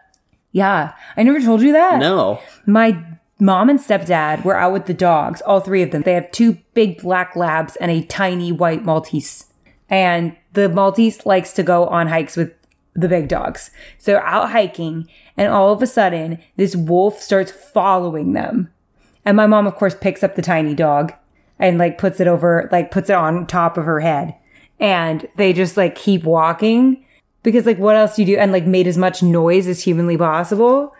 Yeah, I never told you that. No. My mom and stepdad were out with the dogs, all three of them. They have two big black labs and a tiny white Maltese. And the Maltese likes to go on hikes with the big dogs. So they're out hiking, and all of a sudden, this wolf starts following them. And my mom, of course, picks up the tiny dog and like puts it over, like puts it on top of her head. And they just like keep walking because like what else do you do? And like made as much noise as humanly possible.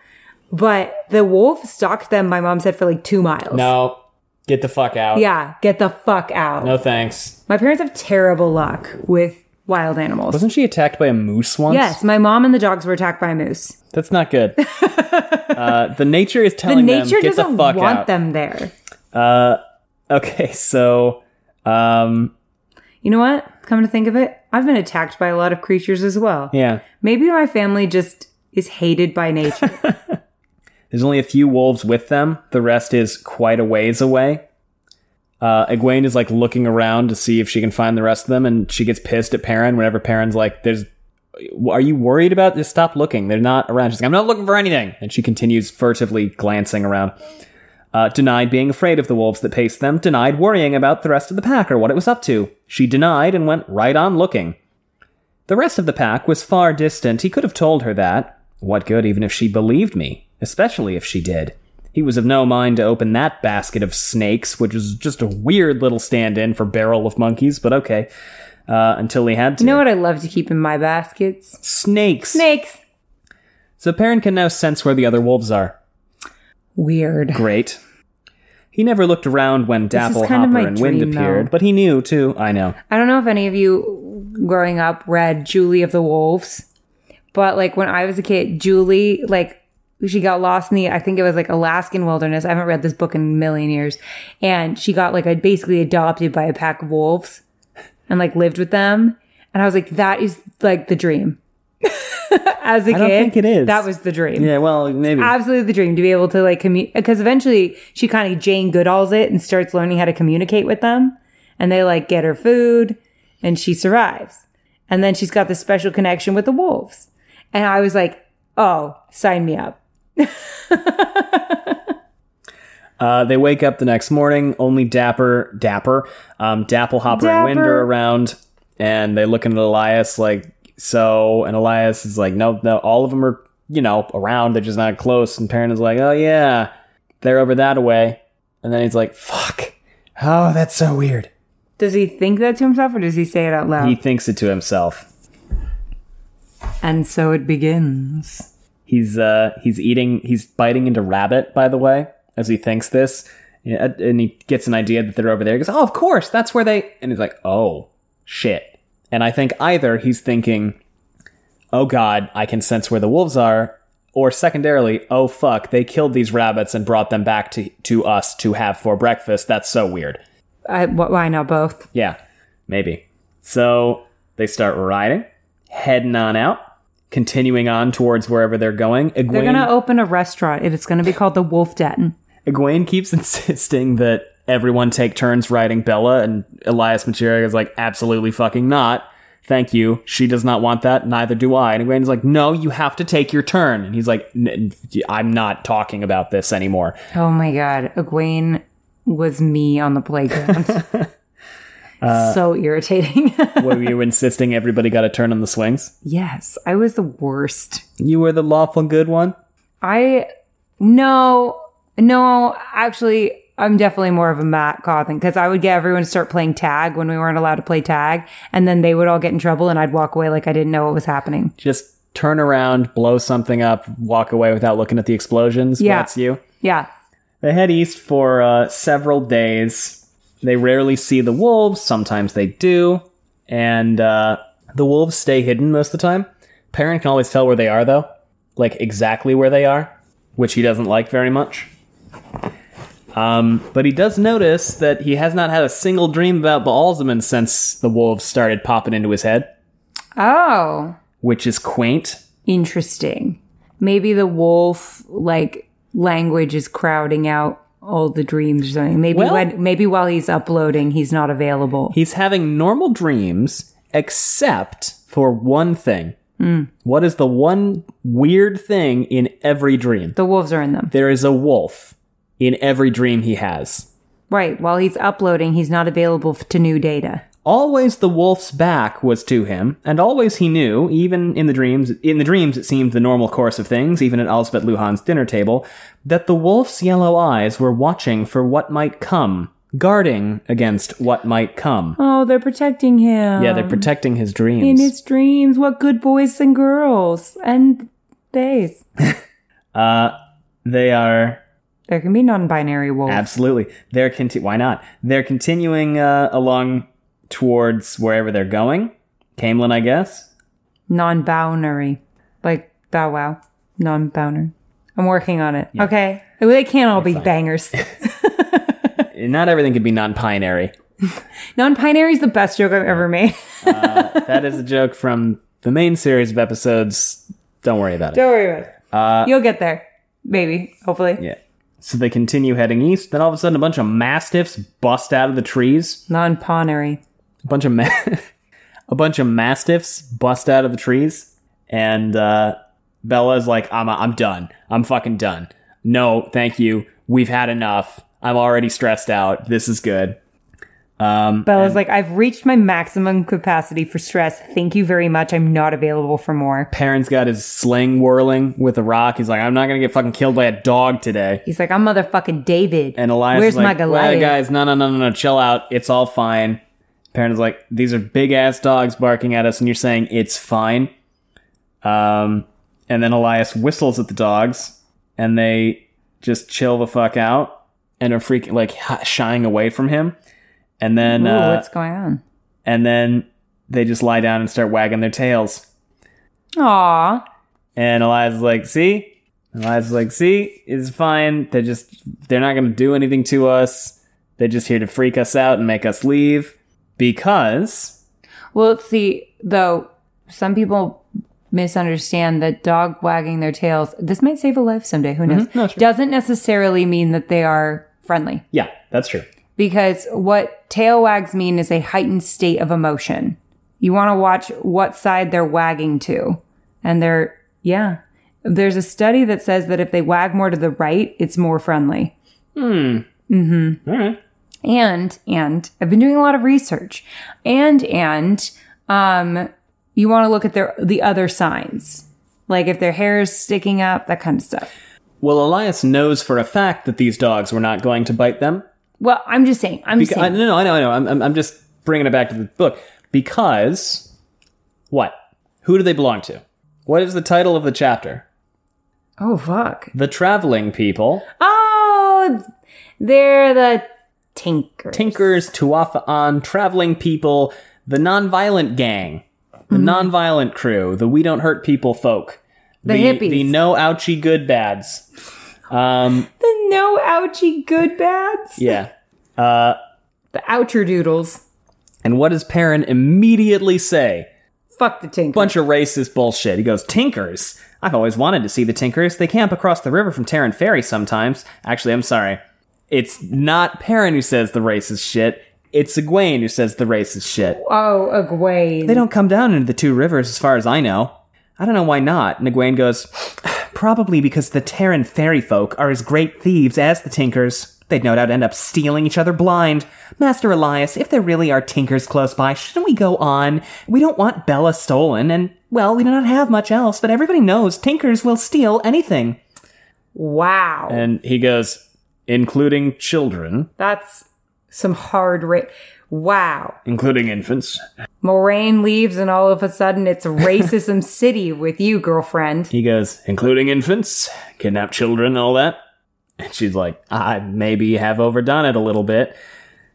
But the wolf stalked them, my mom said, for like two miles. No. Get the fuck out. Yeah, get the fuck out. No thanks. My parents have terrible luck with wild animals. Wasn't she attacked by a moose once? Yes, my mom and the dogs were attacked by a moose. That's not [laughs] good. uh, the nature is The telling nature them, get doesn't the fuck want out. Uh, them there. Okay, so um, You know what? Come to think of it, I've been attacked by a lot of creatures as well. yeah, Maybe my family just is hated [laughs] by nature. there's only a few wolves with them. The rest is quite a ways away. Uh, Egwene is like looking around to see if she can find the rest of them, and she gets pissed at Perrin whenever Perrin's like, "There's, are you worried about this? Stop looking. They're not around." She's like, "I'm not looking for anything," and she continues furtively glancing around. Uh, denied being afraid of the wolves that paced them. Denied worrying about the rest of the pack or what it was up to. She denied and went right on looking. The rest of the pack was far distant. He could have told her that. What good even if she believed me, especially if she did. He was of no mind to open that basket of snakes, which was just a weird little stand in for barrel of monkeys, but okay. Uh, until he had to. You know what I love to keep in my baskets? Snakes. Snakes. So Perrin can now sense where the other wolves are. Weird. [laughs] Great. He never looked around when Dapple, kind of Hopper, my and Wind dream, though. appeared, but he knew too. I know. I don't know if any of you growing up read Julie of the Wolves, but like when I was a kid, Julie, like she got lost in the, I think it was like Alaskan wilderness. I haven't read this book in a million years. And she got like a, basically adopted by a pack of wolves and like lived with them. And I was like, that is like the dream. [laughs] As a kid, don't think it is. That was the dream. Yeah, well, maybe. Absolutely the dream to be able to like communicate because eventually she kind of Jane Goodall's it and starts learning how to communicate with them. And they like get her food and she survives. And then she's got this special connection with the wolves. And I was like, oh, sign me up. Uh, they wake up the next morning. Only Dapper, Dapper, um, Dapple, Hopper, and Wind Dapper. are around, and they look at Elias like so. And Elias is like, no, no, all of them are you know around. They're just not close. And Perrin is like, oh yeah, they're over that way. And then he's like, fuck. Oh, that's so weird. Does he think that to himself or does he say it out loud? He thinks it to himself. and so it begins. He's uh he's eating he's biting into rabbit by the way as he thinks this Yeah, and he gets an idea that they're over there. He goes, "Oh, of course, that's where they." And he's like, "Oh, shit." And I think either he's thinking, "Oh god, I can sense where the wolves are," or secondarily, "Oh fuck, they killed these rabbits and brought them back to to us to have for breakfast. That's so weird." I, wh- why not both? Yeah, maybe. So they start riding, heading on out, continuing on towards wherever they're going. Egwene, They're going to open a restaurant and it's going to be called the Wolf Den. Egwene keeps [laughs] insisting that everyone take turns riding Bella, and Elias Machiria is like, absolutely fucking not. Thank you. She does not want that. Neither do I. And Egwene's like, no, you have to take your turn. And he's like, "N- I'm not talking about this [laughs] anymore. Oh my God. Egwene was me on the playground. so irritating. [laughs] Were you insisting everybody got a turn on the swings? Yes, I was the worst. You were the lawful good one? I no, no. Actually, I'm definitely more of a Matt Cawthon because I would get everyone to start playing tag when we weren't allowed to play tag, and then they would all get in trouble, and I'd walk away like I didn't know what was happening. just turn around, blow something up, walk away without looking at the explosions. Yeah. That's you. Yeah, They head east for uh, several days. They rarely see the wolves, sometimes they do. And uh, the wolves stay hidden most of the time. Perrin can always tell where they are, though, like exactly where they are, which he doesn't like very much. Um, but he does notice that he has not had a single dream about Baalzamon since the wolves started popping into his head, Oh, which is quaint. interesting. Maybe the wolf like language is crowding out all the dreams or something. Maybe Well- when maybe while he's uploading, he's not available. He's having normal dreams, except for one thing. What is the one weird thing in every dream? the wolves are in them. There is a wolf in every dream he has. Right. While he's uploading, he's not available f- to new data. Always the wolf's back was to him, and always he knew, even in the dreams in the dreams it seemed the normal course of things, even at Elspeth Luhan's dinner table, that the wolf's yellow eyes were watching for what might come, guarding against what might come. Oh, they're protecting him. yeah, they're protecting his dreams. Um, in his dreams. What good boys and girls and days. Uh, they are There can be non-binary wolves. absolutely. They're conti- Why not? They're continuing uh, along towards wherever they're going. Camelin, I guess. non-boundary, like Bow Wow. Non-boundary. I'm working on it. Okay, Well, they can't all be bangers. [laughs] Not everything could be non-binary. non-binary is the best joke I've ever made. [laughs] that is a joke from the main series of episodes. Don't worry about it. Don't worry about it. You'll get there, maybe. Hopefully. Uh, Yeah. So they continue heading east. Then all of a sudden, a bunch of mastiffs bust out of the trees. Non ponery. A bunch of ma- [laughs] a bunch of mastiffs bust out of the trees, and uh, Bella's like, "I'm I'm done. I'm fucking done. No, thank you. We've had enough. I'm already stressed out. This is good." Um, Bella's like, I've reached my maximum capacity for stress. Thank you very much. I'm not available for more. Perrin's got his sling whirling with a rock. He's like, "I'm not gonna get fucking killed by a dog today." He's like, I'm motherfucking David. And Elias Where's is like, my "Well, Goliath? guys, no, no, no, no, no, chill out. It's all fine. Parent is like, these are big ass dogs barking at us, and you're saying it's fine. Um, and then Elias whistles at the dogs, and they just chill the fuck out and are freaking like h- shying away from him. And then, Ooh, uh, what's going on? and then they just lie down and start wagging their tails. Aw. And Elias is like, see? Elias is like, see, it's fine. They're just they're not gonna do anything to us. They're just here to freak us out and make us leave. Because Well, see, though, some people misunderstand that dog wagging their tails, this might save a life someday, who knows? Doesn't necessarily mean that they are friendly. Yeah, that's true. because what tail wags mean is a heightened state of emotion. You want to watch what side they're wagging to. And they're, yeah. There's a study that says that if they wag more to the right, it's more friendly. Hmm. Mm-hmm. Alright. And, and I've been doing a lot of research. And, and, um, you want to look at their, the other signs. Like if their hair is sticking up, that kind of stuff. Well, Elias knows for a fact that these dogs were not going to bite them. Well, I'm just saying, I'm just Beca- I, saying. no, no, I know, I know. I'm, I'm, I'm just bringing it back to the book because what? Who do they belong to? What is the title of the chapter? Oh, fuck. The traveling people, Oh, they're the tinkers. tinkers, tuatha-an, traveling people, the nonviolent gang, the Mm-hmm. nonviolent crew, the we don't hurt people folk, The hippies. the no ouchie good bads. Um, The no ouchie good bads. yeah. [laughs] Uh, The oucher doodles. And what does Perrin immediately say? Fuck the tinkers. bunch of racist bullshit. He goes, Tinkers. I've always wanted to see the Tinkers. They camp across the river from Terran Ferry sometimes. Actually, I'm sorry. It's not Perrin who says the racist shit. It's Egwene who says the racist shit. oh, Egwene. They don't come down into the two rivers as far as I know. I don't know why not. And Egwene goes, [sighs] Probably because the Terran fairy folk are as great thieves as the Tinkers. They'd no doubt end up stealing each other blind. Master Elias, if there really are Tinkers close by, shouldn't we go on? We don't want Bella stolen, and, well, we do not have much else, but everybody knows Tinkers will steal anything. wow. And he goes, Including children, That's some hard ra- Wow. including infants. Moraine leaves and all of a [laughs] sudden it's racism city with you, girlfriend. He goes, including infants, kidnap children, all that. And she's like, I maybe have overdone it a little bit.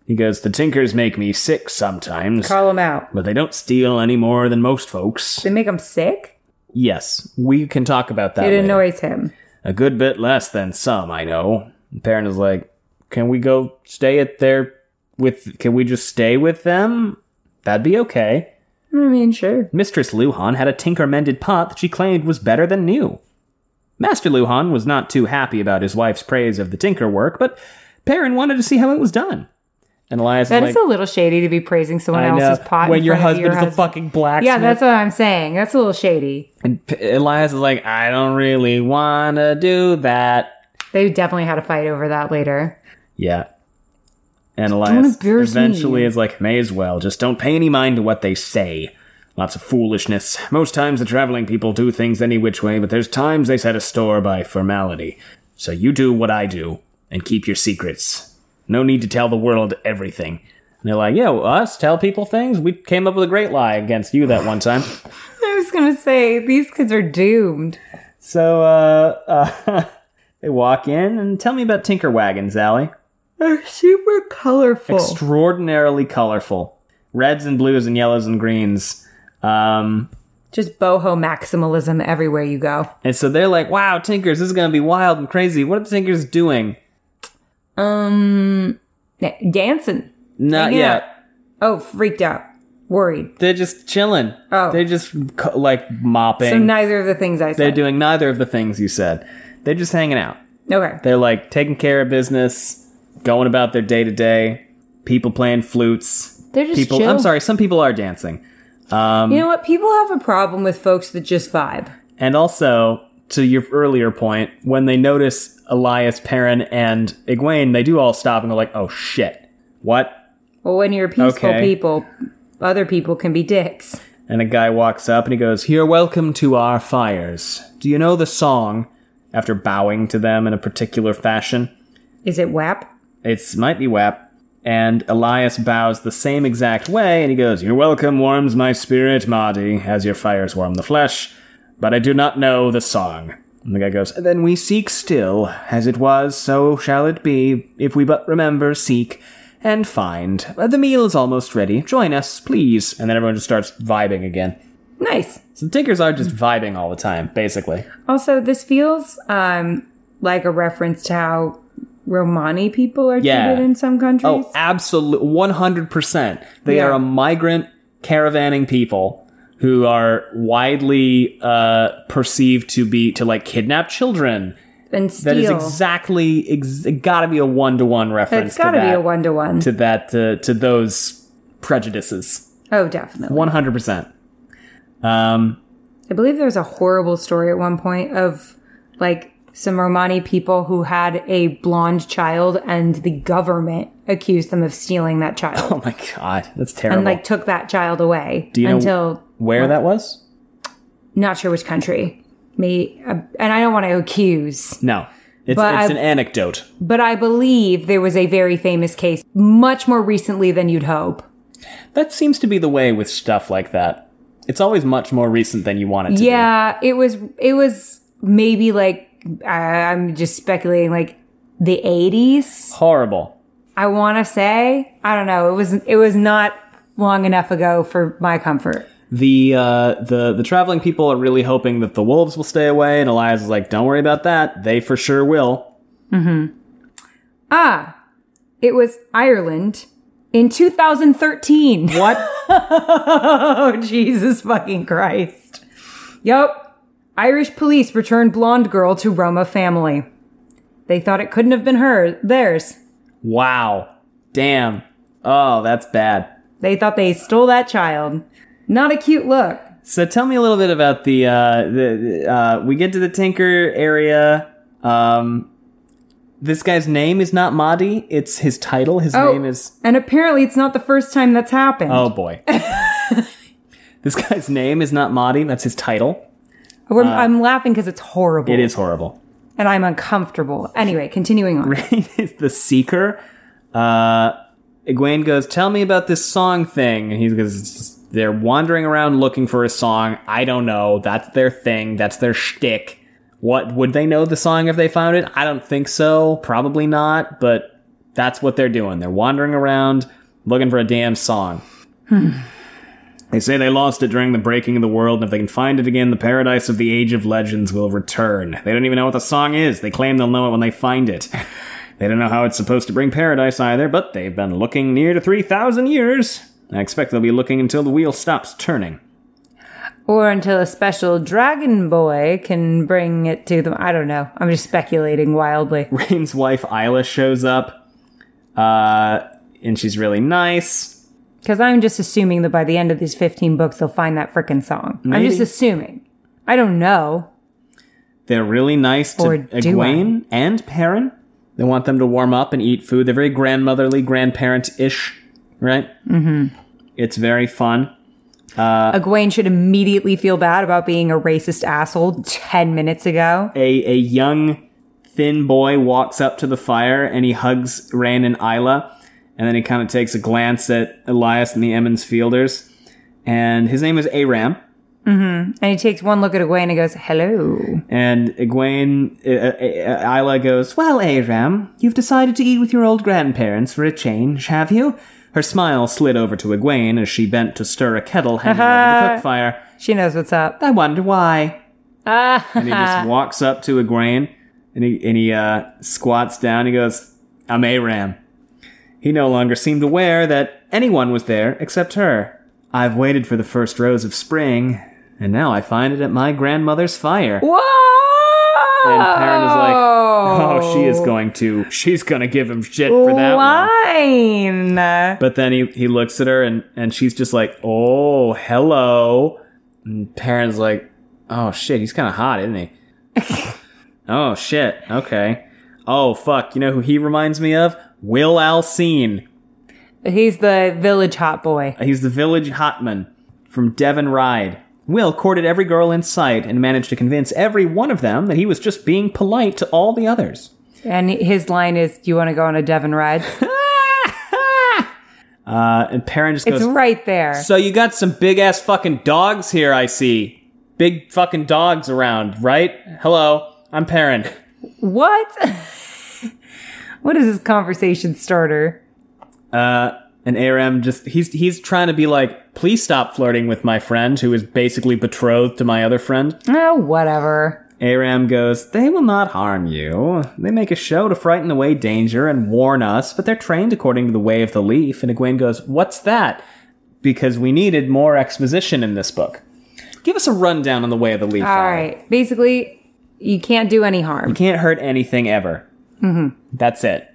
He goes, the tinkers make me sick sometimes, Call them out. but they don't steal any more than most folks. They make him sick? Yes, we can talk about that. It later. annoys him. A good bit less than some, I know. And Perrin is like, can we go stay at their with? Can we just stay with them? That'd be okay. I mean, sure. Mistress Luhan had a tinker mended pot that she claimed was better than new. Master Luhan was not too happy about his wife's praise of the tinker work, but Perrin wanted to see how it was done. And Elias That is is a like, little shady to be praising someone I know, else's pot when in your front of husband your is husband. a fucking blacksmith. yeah, that's what I'm saying. That's a little shady. and P- Elias is like, I don't really want to do that. They definitely had a fight over that later. Yeah. And Elias embarrass me. eventually is like, may as well, just don't pay any mind to what they say. Lots of foolishness. Most times the traveling people do things any which way, but there's times they set a store by formality. So you do what I do, and keep your secrets. No need to tell the world everything. And they're like, yeah, well, us tell people things? We came up with a great lie against you that one time. I was gonna say these kids are doomed. so, uh, [laughs] uh they walk in and tell me about Tinker Wagons, Allie. They're super colorful. extraordinarily colorful reds and blues and yellows and greens um, Just boho maximalism everywhere you go. and so they're like wow tinkers this is going to be wild and crazy what are the tinkers doing Um, na- dancing. not Yeah. yet Oh, freaked out, worried. they're just chilling Oh. they're just co- like So mopping neither of the things I they're said. doing neither of the things you said they're just hanging out Okay. They're like taking care of business, going about their day to day. People playing flutes. They're just people. chill. I'm sorry, um, some people are dancing, You know what? People have a problem with folks that just vibe. and also to your earlier point, when they notice Elias, Perrin, and Egwene, they do all stop and go like, "Oh shit, what?" Well, when you're peaceful Okay. people, other people can be dicks. And a guy walks up and he goes, You're welcome to our fires. Do you know the song? After bowing to them in a particular fashion. Is it WAP? It's might be WAP. And Elias bows the same exact way and he goes, Your welcome warms my spirit, Mahdi, as your fires warm the flesh, but I do not know the song. And the guy goes, Then we seek still, as it was, so shall it be, if we but remember, seek, and find. The meal is almost ready. Join us, please. And then everyone just starts vibing again. Nice. So the Tinkers are just vibing all the time, basically. Also, this feels um, like a reference to how Romani people are Yeah. treated in some countries. Oh, absolutely, one hundred percent. They Yeah. are a migrant caravanning people who are widely uh, perceived to be to like kidnap children. and That is steal. exactly ex- got to be a one to one reference. it's got to to be that, a one to one. to that uh, to those prejudices. Oh, definitely. One hundred percent. Um, I believe there was a horrible story at one point of like some Romani people who had a blonde child and the government accused them of stealing that child oh my god, that's terrible. and like took that child away you know- until Where that was? not sure which country. Me uh, and I don't want to accuse, No, it's, But it's I- an anecdote. but I believe there was a very famous case much more recently than you'd hope. That seems to be the way with stuff like that. It's always much more recent than you want it to be. Yeah, it was it was maybe like I- I'm just speculating like the 80s. Horrible. I want to say, I don't know. It was it was not long enough ago for my comfort. The uh, the the traveling people are really hoping that the wolves will stay away, and Elias is like, "Don't worry about that. They for sure will." Ah, it was Ireland in 2013. What? [laughs] Oh, Jesus fucking Christ. Yup. Irish police returned blonde girl to Roma family. They thought it couldn't have been her theirs. wow. Damn. Oh, that's bad. They thought they stole that child. Not a cute look. So tell me a little bit about the uh, the the, uh, we get to the Tinker area. Um, this guy's name is not Mahdi. It's his title. His Oh. name is And apparently it's not the first time that's happened. Oh boy. this guy's name is not Mahdi, that's his title. We're- I'm laughing because it's horrible. uh, It is horrible. and I'm uncomfortable. Anyway, continuing on. Rain [laughs] is the seeker. Uh Egwene goes, Tell me about this song thing. And he goes, They're wandering around looking for a song. I don't know. That's their thing. That's their shtick. What would they know the song if they found it? I don't think so. Probably not, but that's what they're doing. They're wandering around looking for a damn song. [sighs] They say they lost it during the breaking of the world, and if they can find it again, the paradise of the Age of Legends will return. They don't even know what the song is. They claim they'll know it when they find it. They don't know how it's supposed to bring paradise either, but they've been looking near to 3,000 years. I expect they'll be looking until the wheel stops turning. [laughs] Or until a special dragon boy can bring it to them. I don't know. I'm just speculating wildly. Rain's wife, Isla, shows up, uh, and she's really nice. Because I'm just assuming that by the end of these 15 books, they'll find that frickin' song. I'm just Maybe. assuming. I don't know. They're really nice to Or do Egwene and Perrin. They want them to warm up and eat food. They're very grandmotherly, grandparent ish, right? Mm-hmm. It's very fun. Uh, Egwene should immediately feel bad about being a racist asshole 10 minutes ago. A, a young, thin boy walks up to the fire and he hugs Rain and Isla. And then he kind of takes a glance at Elias and the Emmons Fielders. And his name is Aram. And he takes one look at Egwene and goes, hello. And Egwene, uh, uh, uh, Isla goes, Well, Aram, you've decided to eat with your old grandparents for a change, have you? Her smile slid over to Egwene as she bent to stir a kettle hanging over the cook fire. She knows what's up. I wonder why. Ah, And he just walks up to Egwene and he, and he uh, squats down. He goes, I'm Aram. He no longer seemed aware that anyone was there except her. I've waited for the first rose of spring, and now I find it at my grandmother's fire. what? And Perrin is like, oh, Oh. she is going to, she's going to give him shit for that one. Wine. But then he, he looks at her and, and she's just like, oh, hello. And Perrin's like, oh shit, he's kind of hot, isn't he? oh shit, okay. Oh fuck, you know who he reminds me of? Will Alcine. He's the village hot boy. He's the village hotman from Devon Ride. Will courted every girl in sight and managed to convince every one of them that he was just being polite to all the others. And his line is, Do you want to go on a [laughs] Devon ride? Uh, and Perrin just it's goes, right there. So you got some big ass fucking dogs here, I see. Big fucking dogs around, right? Hello, I'm Perrin. What? [laughs] what is this conversation starter? Uh, and ARM just he's he's trying to be like, please stop flirting with my friend who is basically betrothed to my other friend. Oh, whatever. Aram goes, They will not harm you. They make a show to frighten away danger and warn us, but they're trained according to the way of the leaf. And Egwene goes, What's that? Because we needed more exposition in this book. Give us a rundown on the way of the leaf. All Aram. right. Basically, you can't do any harm. Can't hurt anything ever. Mm-hmm. That's it.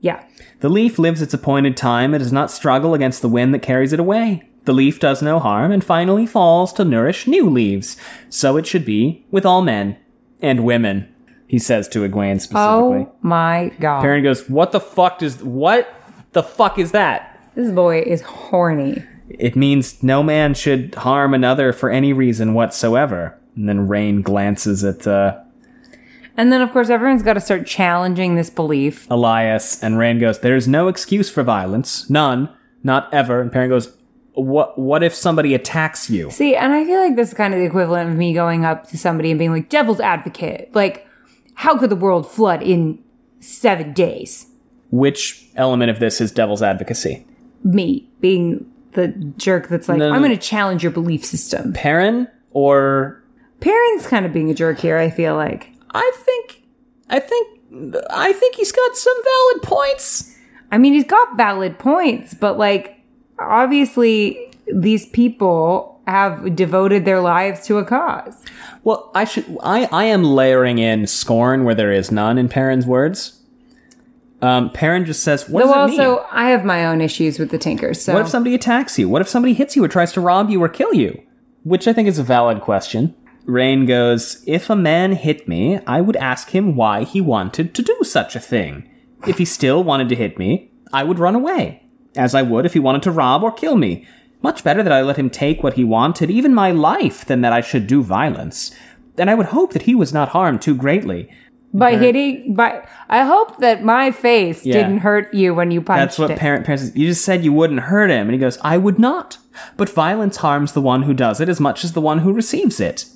Yeah. The leaf lives its appointed time. It does not struggle against the wind that carries it away. The leaf does no harm and finally falls to nourish new leaves. So it should be with all men and women, he says to Egwene specifically. Oh my god. Perrin goes, What the fuck does. What the fuck is that? This boy is horny. It means no man should harm another for any reason whatsoever. And then Rain glances at uh, And then, of course, everyone's got to start challenging this belief. Elias, and Rand goes, "There is no excuse for violence, none, not ever." And Perrin goes, "What? What if somebody attacks you?" See, and I feel like this is kind of the equivalent of me going up to somebody and being like, devil's advocate. Like, how could the world flood in seven days? Which element of this is devil's advocacy? Me being the jerk that's like, No, no. I'm going to challenge your belief system. Perrin or Parents kind of being a jerk here, I feel like. I think, I think, I think he's got some valid points. I mean, he's got valid points, but like, obviously, these people have devoted their lives to a cause. Well, I should. I I am layering in scorn where there is none in Perrin's words. Um, Perrin just says, "What Though does it also, mean? I have my own issues with the Tinkers. So, What if somebody attacks you? What if somebody hits you or tries to rob you or kill you? Which I think is a valid question. Rain goes, If a man hit me, I would ask him why he wanted to do such a thing. If he still wanted to hit me, I would run away, as I would if he wanted to rob or kill me. Much better that I let him take what he wanted, even my life, than that I should do violence. And I would hope that he was not harmed too greatly. by hitting, by I hope that my face Yeah. didn't hurt you when you punched That's what it. parent parents. You just said you wouldn't hurt him, and he goes, "I would not." But violence harms the one who does it as much as the one who receives it.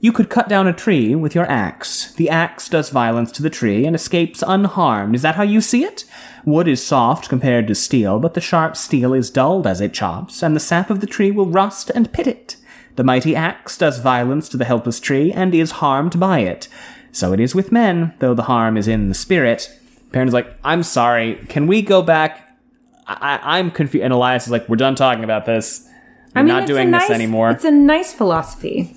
You could cut down a tree with your axe. The axe does violence to the tree and escapes unharmed. Is that how you see it? Wood is soft compared to steel, but the sharp steel is dulled as it chops, and the sap of the tree will rust and pit it. The mighty axe does violence to the helpless tree and is harmed by it. So it is with men, though the harm is in the spirit. Perrin's like, I'm sorry, can we go back? I- I- I'm confused. And Elias is like, we're done talking about this. We're I mean, not it's a doing nice- this anymore. It's a nice philosophy.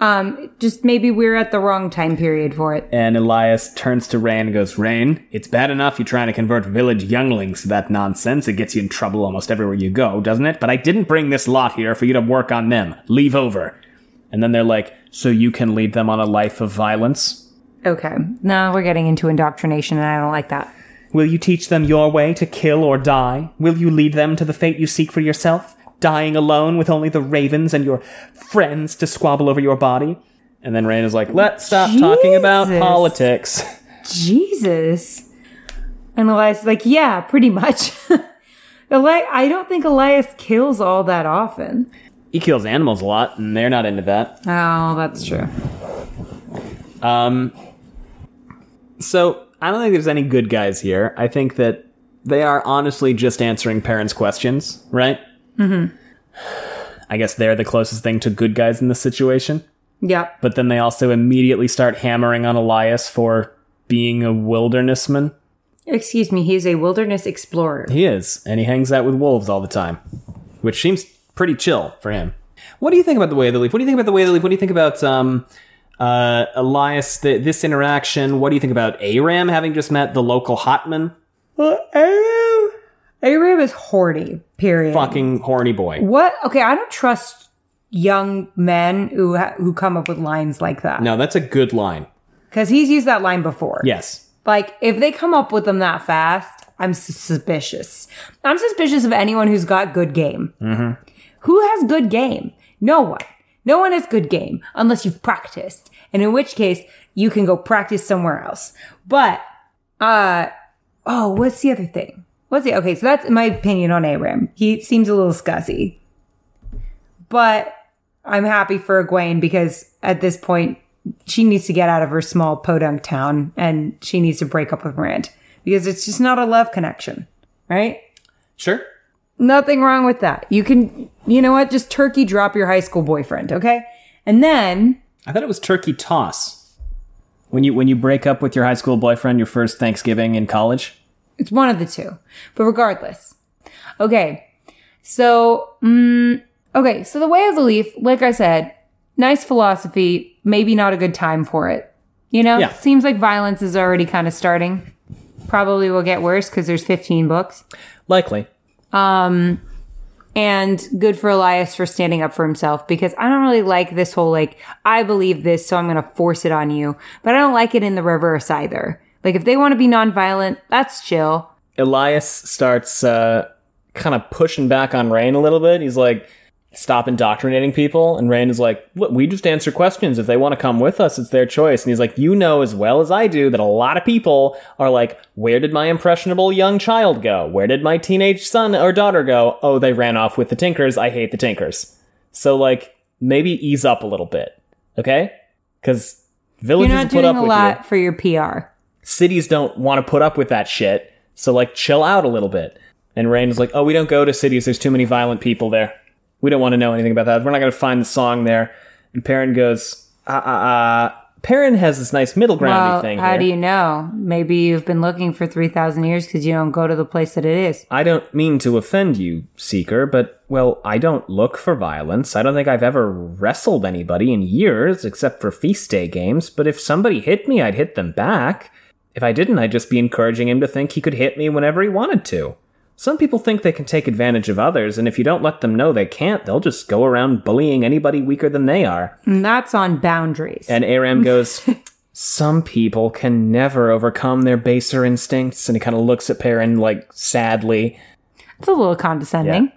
Um, just maybe we're at the wrong time period for it. And Elias turns to Rain and goes, Rain, it's bad enough you're trying to convert village younglings to that nonsense. It gets you in trouble almost everywhere you go, doesn't it? But I didn't bring this lot here for you to work on them. Leave over. And then they're like, So you can lead them on a life of violence? Okay, now we're getting into indoctrination, and I don't like that. Will you teach them your way to kill or die? Will you lead them to the fate you seek for yourself? Dying alone with only the ravens and your friends to squabble over your body? And then Rain is like, Let's stop talking about Jesus. politics. [laughs] Jesus. And Elias is like, yeah, pretty much. [laughs] Eli- I don't think Elias kills all that often. He kills animals a lot, and they're not into that. Oh, that's true. Um, so I don't think there's any good guys here. I think that they are honestly just answering parents' questions, right? Mm-hmm. I guess they're the closest thing to good guys in this situation. Yep. But then they also immediately start hammering on Elias for being a wildernessman. Excuse me, he's a wilderness explorer. He is, and he hangs out with wolves all the time, which seems pretty chill for him. What do you think about the way of the leaf? What do you think about the way of the leaf? What do you think about um, Uh, Elias, th- this interaction, what do you think about Aram having just met the local hotman? Uh, Well, Arab, Arab is horny. Period. Fucking horny boy. What? Okay, I don't trust young men who ha- who come up with lines like that. No, that's a good line. because he's used that line before. Yes. Like if they come up with them that fast, I'm sus- suspicious. I'm suspicious of anyone who's got good game. Mm-hmm. Who has good game? No one. No one has good game unless you've practiced, and in which case you can go practice somewhere else. But uh oh, what's the other thing? What's the okay? So that's my opinion on Aram. He seems a little scuzzy, but I'm happy for Egwene because at this point she needs to get out of her small podunk town and she needs to break up with Rand because it's just not a love connection, right? Sure. Nothing wrong with that. You can, you know what? Just turkey drop your high school boyfriend, okay? And then I thought it was turkey toss. When you when you break up with your high school boyfriend, your first Thanksgiving in college. It's one of the two. But regardless. Okay. So, mm, okay. So the way of the leaf, like I said, nice philosophy, maybe not a good time for it. You know, Yeah. seems like violence is already kind of starting. Probably will get worse because there's 15 books. Likely. And good for Elias for standing up for himself because I don't really like this whole like, I believe this, so I'm going to force it on you. But I don't like it in the reverse either. Like, if they want to be nonviolent, that's chill. Elias starts uh, kind of pushing back on Rain a little bit. He's like, stop indoctrinating people. And Rain is like, Look, we just answer questions. If they want to come with us, it's their choice. And he's like, you know as well as I do that a lot of people are like, where did my impressionable young child go? Where did my teenage son or daughter go? Oh, they ran off with the Tinkers. I hate the Tinkers. So, like, maybe ease up a little bit. Okay? Because You're villages not put doing up a with lot you for your PR. cities don't want to put up with that shit. So like chill out a little bit. And Rain is like, "Oh, we don't go to cities. There's too many violent people there. We don't want to know anything about that. We're not going to find the song there." And Perrin goes, "Ah ah ah." Perrin has this nice middle groundy Well, thing how here. do you know? Maybe you've been looking for 3,000 years because you don't go to the place that it is. I don't mean to offend you, Seeker, but well, I don't look for violence. I don't think I've ever wrestled anybody in years, except for feast day games. But if somebody hit me, I'd hit them back. If I didn't, I'd just be encouraging him to think he could hit me whenever he wanted to. Some people think they can take advantage of others, and if you don't let them know they can't, they'll just go around bullying anybody weaker than they are. And that's on boundaries. And Aram goes, [laughs] Some people can never overcome their baser instincts. And he kind of looks at Perrin, like, sadly. it's a little condescending.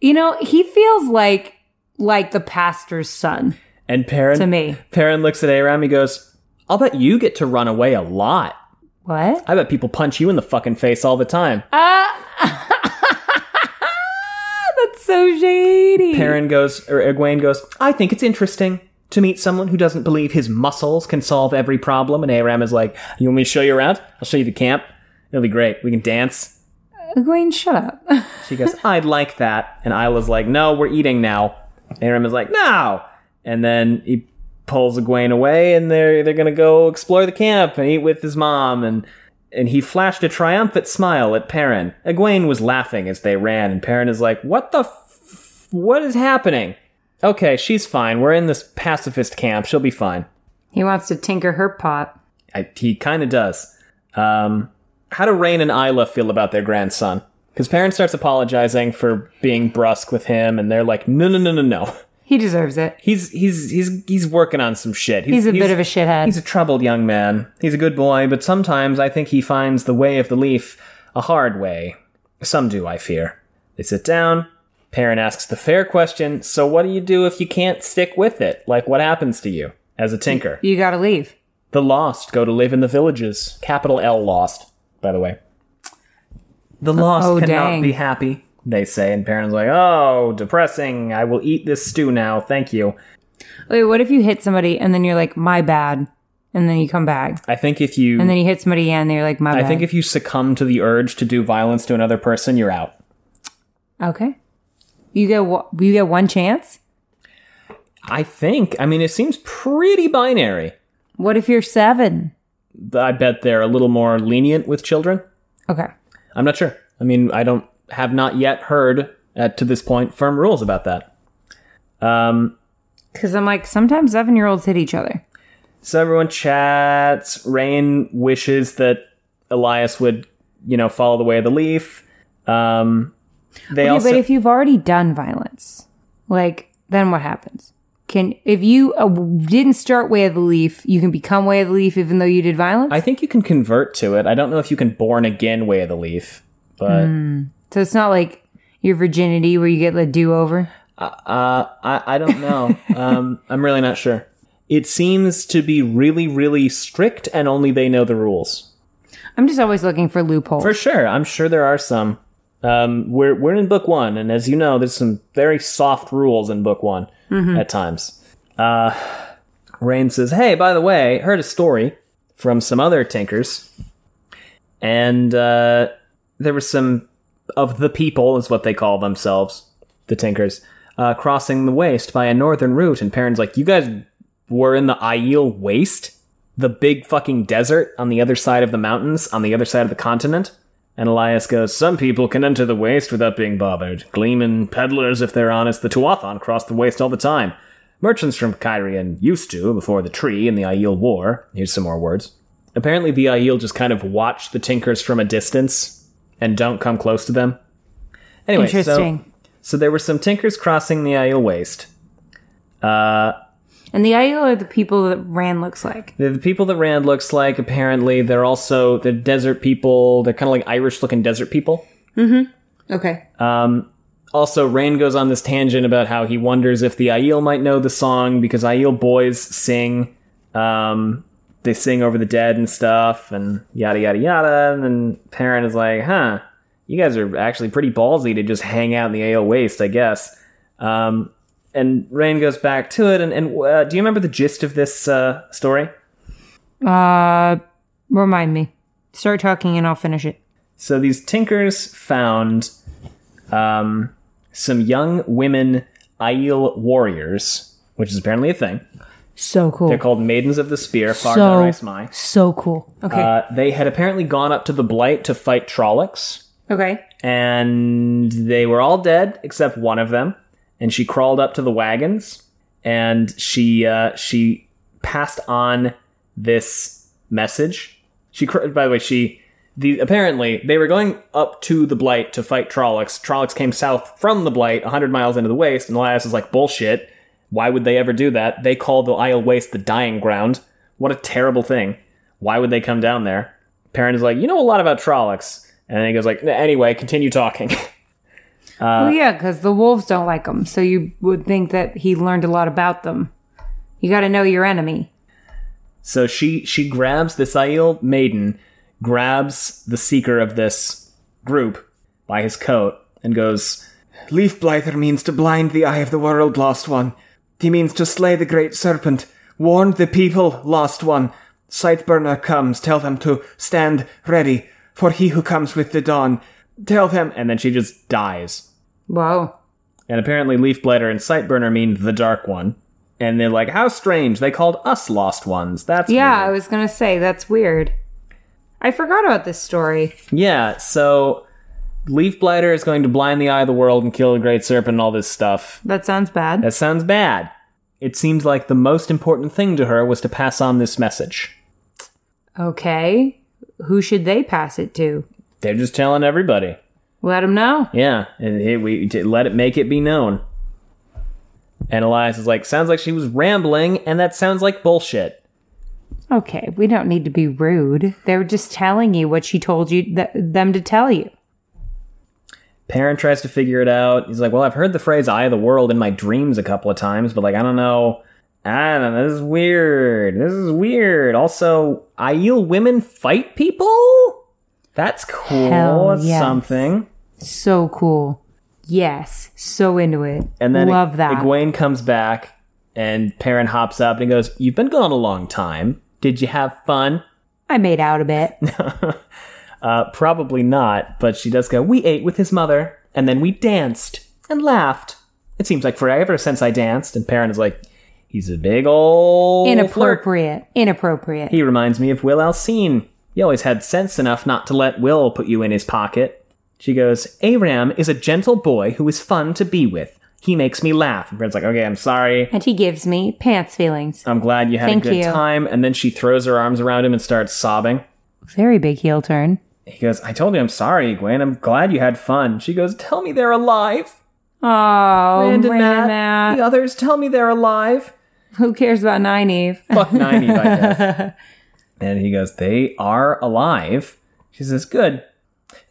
You know, he feels like like the pastor's son And Perrin. to me. Perrin looks at Aram. He goes, "I'll bet you get to run away a lot. What? I bet people punch you in the fucking face all the time." Ah! [laughs] That's so shady. Perrin goes, or Egwene goes, "I think it's interesting." To meet someone who doesn't believe his muscles can solve every problem, and Aram is like, "You want me to show you around? I'll show you the camp. It'll be great. We can dance." Egwene, shut up. [laughs] She goes, "I'd like that," and Isla's like, "No, we're eating now." Aram is like, "No," and then he pulls Egwene away, and they're they're gonna go explore the camp and eat with his mom, and and he flashed a triumphant smile at Perrin. Egwene was laughing as they ran, and Perrin is like, "What the? F- what is happening?" Okay, she's fine. We're in this pacifist camp. She'll be fine. he wants to tinker her pot. I, he kind of does. Um, how do Rain and Isla feel about their grandson? Because Perrin starts apologizing for being brusque with him, and they're like, "No, no, no, no, no. He deserves it. He's he's he's he's working on some shit. He's a bit of a shithead. He's a troubled young man. He's a good boy, but sometimes I think he finds the way of the leaf a hard way. Some do, I fear. They sit down. Perrin asks the fair question. So, what do you do if you can't stick with it? Like, what happens to you as a tinker? you gotta leave. The Lost go to live in the villages. Capital L Lost, by the way. The Lost Oh, cannot dang. be happy, they say, and Perrin's like, oh, depressing. I will eat this stew now. Thank you. Wait, what if you hit somebody and then you're like, my bad? And then you come back. I think if you, And then you hit somebody again and you're like, my I bad. think if you succumb to the urge to do violence to another person, you're out. okay. You get, wa- you get one chance? I think. I mean, it seems pretty binary. What if you're seven? I bet they're a little more lenient with children. Okay. I'm not sure. I mean, I don't have not yet heard at to this point firm rules about that. Um, Because I'm like, sometimes seven year olds hit each other. So everyone chats. Rain wishes that Elias would, you know, follow the way of the leaf. Um, they Yeah, also but if you've already done violence, like, then what happens? Can if you uh, didn't start way of the leaf, you can become way of the leaf even though you did violence. I think you can convert to it. I don't know if you can born again way of the leaf, but Hmm. so it's not like your virginity where you get the do over. Uh, I, I don't know. [laughs] um, I'm really not sure. It seems to be really, really strict, and only they know the rules. I'm just always looking for loopholes. For sure, I'm sure there are some. Um, we're we're in book one, and as you know, there's some very soft rules in book one at times. Uh, Rain says, "Hey, by the way, heard a story from some other tinkers, and uh, there was some of the people is what they call themselves, the tinkers, uh, crossing the waste by a northern route." And Perrin's like, "You guys were in the Aiel waste." the big fucking desert on the other side of the mountains, on the other side of the continent. And Elias goes, Some people can enter the waste without being bothered. Gleemen, peddlers, if they're honest, the Tuathan cross the waste all the time. Merchants from Kyrian used to before the tree and the Aiel War. Here's some more words. Apparently, the Aiel just kind of watch the Tinkers from a distance and don't come close to them. Anyway, so- Interesting. So, there were some Tinkers crossing the Aiel waste. and the IO are the people that Rand looks like. They're the people that Rand looks like, apparently, they're also the desert people. They're kind of like Irish looking desert people. Okay. Also, Rand goes on this tangent about how he wonders if the Aiel might know the song because Aiel boys sing. Um, they sing over the dead and stuff, and yada, yada, yada. And then Perrin is like, huh, you guys are actually pretty ballsy to just hang out in the Aiel waste, I guess. Um, and Rain goes back to it. And, and uh, do you remember the gist of this uh, story? Uh, remind me. Start talking and I'll finish it. So these tinkers found um, some young women Aiel warriors, which is apparently a thing. So cool. They're called Maidens of the Spear, Far So- Rice Mai. So cool. Okay. Uh, they had apparently gone up to the Blight to fight Trollocs, okay. and they were all dead except one of them. And she crawled up to the wagons, and she uh, she passed on this message. She, cr- by the way, she the apparently they were going up to the Blight to fight Trollocs. Trollocs came south from the Blight, 100 miles into the waste, and Elias is like, "Bullshit! Why would they ever do that? They call the Isle Waste the dying ground. What a terrible thing! Why would they come down there?" Perrin is like, "You know a lot about Trollocs," and then he goes like, "Anyway, continue talking." [laughs] well, yeah, because the wolves don't like him. So you would think that he learned a lot about them. You got to know your enemy. So she she grabs this Aiel maiden, grabs the seeker of this group by his coat, and goes, Leaf Blither means to blind the eye of the world lost one. He means to slay the great serpent. Warn the people lost one. Sightburner comes, tell them to stand ready, for he who comes with the dawn. "Tell them," and then she just dies. Whoa. And apparently, leaf blighter and sightburner mean the dark one. And they're like, "How strange! They called us lost ones." That's Yeah, weird." I was going to say, that's weird. I forgot about this story. Yeah, so Leaf Blighter is going to blind the eye of the world and kill the Great Serpent and all this stuff. That sounds bad. That sounds bad. It seems like the most important thing to her was to pass on this message. okay. Who should they pass it to? They're just telling everybody. Let them know. Yeah, and it, we to let it make it be known. And Elias is like, sounds like she was rambling, and that sounds like bullshit. Okay, we don't need to be rude. They were just telling you what she told you th- them to tell you. Parent tries to figure it out. He's like, "Well, I've heard the phrase "eye of the world" in my dreams a couple of times, but like, I don't know. I don't know. This is weird. This is weird. Also, Aiel women fight people. That's cool. Hell That's yes. something." So cool. Yes, so into it. And then love I- that. Egwene comes back, and Perrin hops up and goes, "You've been gone a long time. Did you have fun?" I made out a [laughs] bit. [laughs] Uh, probably not, but she does go, We ate with his mother, and then we danced and laughed. It seems like forever since I danced. And Perrin is like, He's a big old. flirt." Inappropriate. Inappropriate. He reminds me of Will Alcine. You always had sense enough not to let Will put you in his pocket. She goes, Aram is a gentle boy who is fun to be with. He makes me laugh. And Bryn's like, okay, I'm sorry. And he gives me pants feelings. I'm glad you had Thank a good you. time. And then she throws her arms around him and starts sobbing. Very big heel turn. He goes, I told you I'm sorry, Gwen. I'm glad you had fun. She goes, Tell me they're alive. Oh, Rand and Matt. Matt, The others, tell me they're alive. Who cares about Nine Eve? Fuck 90 by death. [laughs] And he goes, They are alive. She says, Good.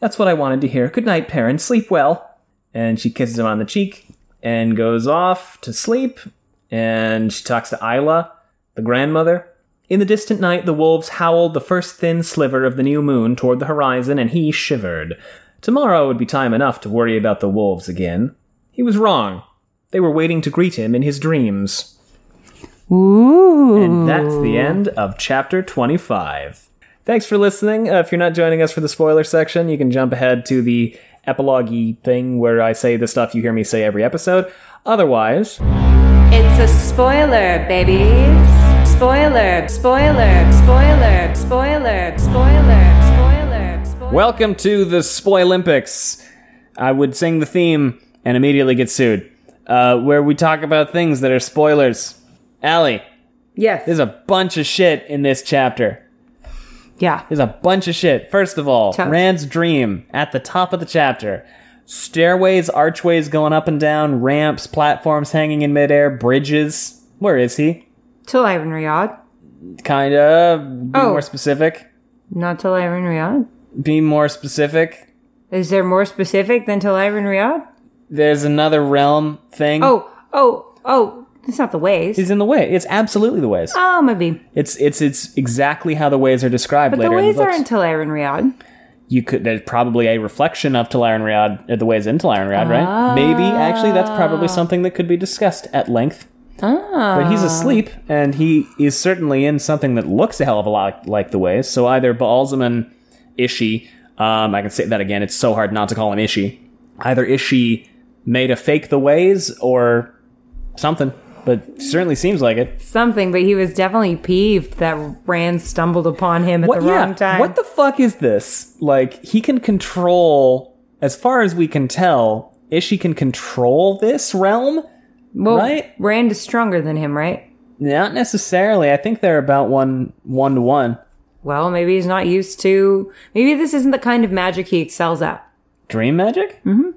That's what I wanted to hear. Good night, Perrin. Sleep well. And she kisses him on the cheek and goes off to sleep. And she talks to Isla, the grandmother. In the distant night, the wolves howled the first thin sliver of the new moon toward the horizon, and he shivered. Tomorrow would be time enough to worry about the wolves again. He was wrong. They were waiting to greet him in his dreams. Ooh. And that's the end of chapter 25. Thanks for listening. Uh, if you're not joining us for the spoiler section, you can jump ahead to the epilogue thing where I say the stuff you hear me say every episode. Otherwise, It's a spoiler, babies. Spoiler, spoiler, spoiler, spoiler, spoiler, spoiler, spoiler. welcome to the Spoilympics. I would sing the theme and immediately get sued, uh, where we talk about things that are spoilers. Allie, Yes. there's a bunch of shit in this chapter. yeah. There's a bunch of shit. First of all, Rand's dream at the top of the chapter. Stairways, archways going up and down, ramps, platforms hanging in midair, bridges. Where is he? Till Iron Riyadh. Kind of. Be Oh. more specific. Not Till Iron Riyadh. Be more specific. Is there more specific than Till Iron Riyadh? Hmm. There's another realm thing. Oh, oh, oh. It's not the ways. He's in the way. It's absolutely the ways. oh, maybe. It's it's it's exactly how the ways are described But the later in ways the books. aren't Till Iron Riyadh. you could there's probably a reflection of Talaran Riyadh uh, the ways into Talaran Riyadh, right? Maybe actually that's probably something that could be discussed at length. But he's asleep, and he is certainly in something that looks a hell of a lot like the ways. So either Baalzaman, Ishi, um, I can say that again. It's so hard not to call him Ishi. Either Ishi made a fake the ways or something, but certainly seems like it. Something, but he was definitely peeved that Rand stumbled upon him at the wrong time. What the fuck is this? Like he can control, as far as we can tell, Ishi can control this realm. well, right? Rand is stronger than him, right? Not necessarily. I think they're about one one to one. Well, maybe he's not used to. Maybe this isn't the kind of magic he excels at. Dream magic. Mm-hmm.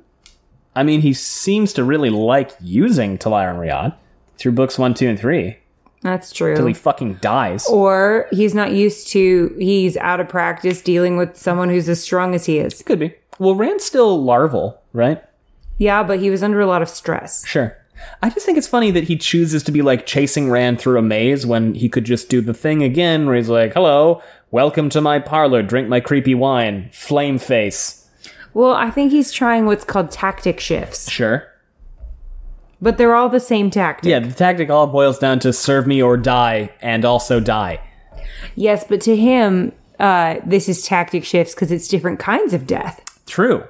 I mean, he seems to really like using Talaran Riyadh through books one, two, and three That's true. Oh. till he fucking dies. or he's not used to. He's out of practice dealing with someone who's as strong as he is. Could be. Well, Rand's still larval, right? Yeah, but he was under a lot of stress. Sure. I just think it's funny that he chooses to be like chasing Rand through a maze when he could just do the thing again where he's like, hello, welcome to my parlor, drink my creepy wine, flame face. Well, I think he's trying what's called tactic shifts, Sure. but they're all the same tactic. Yeah, the tactic all boils down to serve me or die and also die. Yes, but to him, uh, this is tactic shifts because it's different kinds of death. True.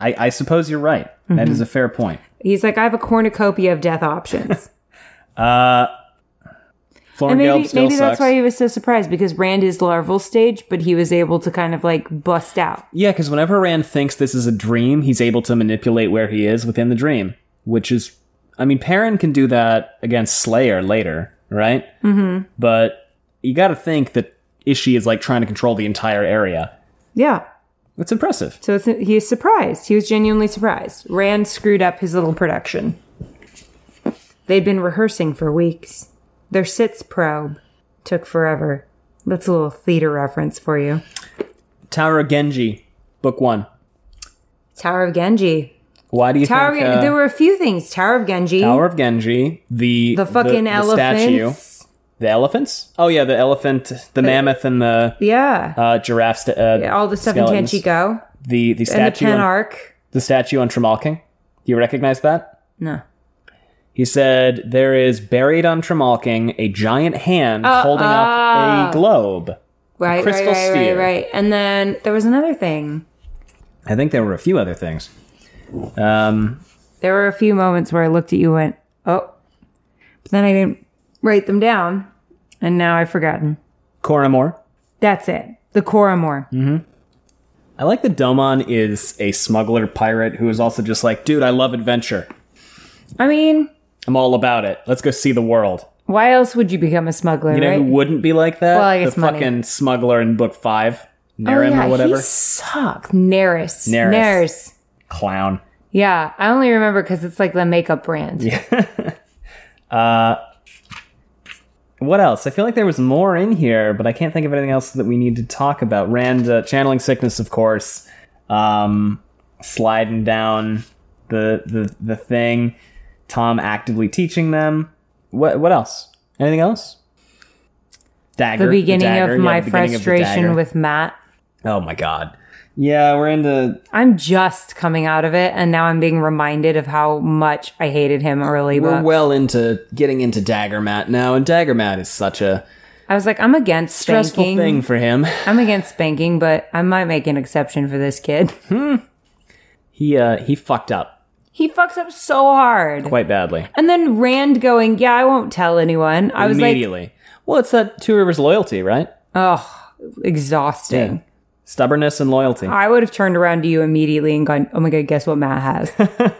I, I suppose you're right. That is a fair point. He's like, I have a cornucopia of [laughs] death options. Uh, Florin Gelb and maybe, Oh, still maybe that's sucks. why he was so surprised because Rand is larval stage, but he was able to kind of like bust out. Yeah, because whenever Rand thinks this is a dream, he's able to manipulate where he is within the dream, which is, I mean, Perrin can do that against Slayer later, right? Mm-hmm. But you got to think that Ishi is like trying to control the entire area. Yeah. It's impressive. So it's, he is surprised. He was genuinely surprised. Rand screwed up his little production. They'd been rehearsing for weeks. Their sits probe took forever. That's a little theater reference for you. Tower of Genji, book one. Tower of Genji. Why do you Tower. think of uh, Gen- there were a few things. Tower of Genji. Tower of Genji, the the fucking the statue, elephants. the elephants? Oh yeah, the elephant, the, mammoth, and the Yeah. uh, giraffe. St- uh, All the stuff skeletons. in Tanchico. The the And the statue. on- Penarch. the statue on Tremalking. Do you recognize that? No. He said, There is buried on Tremalking a giant hand Uh, holding up a globe. Right, crystal right, right, sphere. right, right. And then there was another thing. I think there were a few other things. Um, There were a few moments where I looked at you and went, oh. But then I didn't write them down. And now I've forgotten. Coromor. That's it. The Coromor. Mm-hmm. I like that Domon is a smuggler pirate who is also just like, Dude, I love adventure. I mean, I'm all about it. Let's go see the world. Why else would you become a smuggler, You know right? who wouldn't be like that? Well, I guess the money. fucking smuggler in book five, Oh, Nerim yeah, or he whatever. sucked. Neris. Neris. Nurse. Clown. Yeah, I only remember because it's like the makeup brand. What else? I feel like there was more in here, but I can't think of anything else that we need to talk about. Rand uh, channeling sickness, of course, um, sliding down the, the the thing. Tom actively teaching them. What what else? Anything else? Dagger. The beginning dagger, of yeah, my the beginning of the frustration dagger. with Matt. Oh my god. Yeah, we're into I'm just coming out of it, and now I'm being reminded of how much I hated him early. we're books. well into getting into Dagger Matt now, and Dagger Matt is such a I was like, I'm against stressful spanking. thing for him. [laughs] I'm against spanking, but I might make an exception for this kid. [laughs] He uh he fucked up He fucks up so hard. quite badly. And then Rand going, Yeah, I won't tell anyone. I was like, immediately. well, it's that Two Rivers loyalty, right? Oh, exhausting. Stubbornness and loyalty. I would have turned around to you immediately and gone, Oh my God, guess what [laughs] Matt has?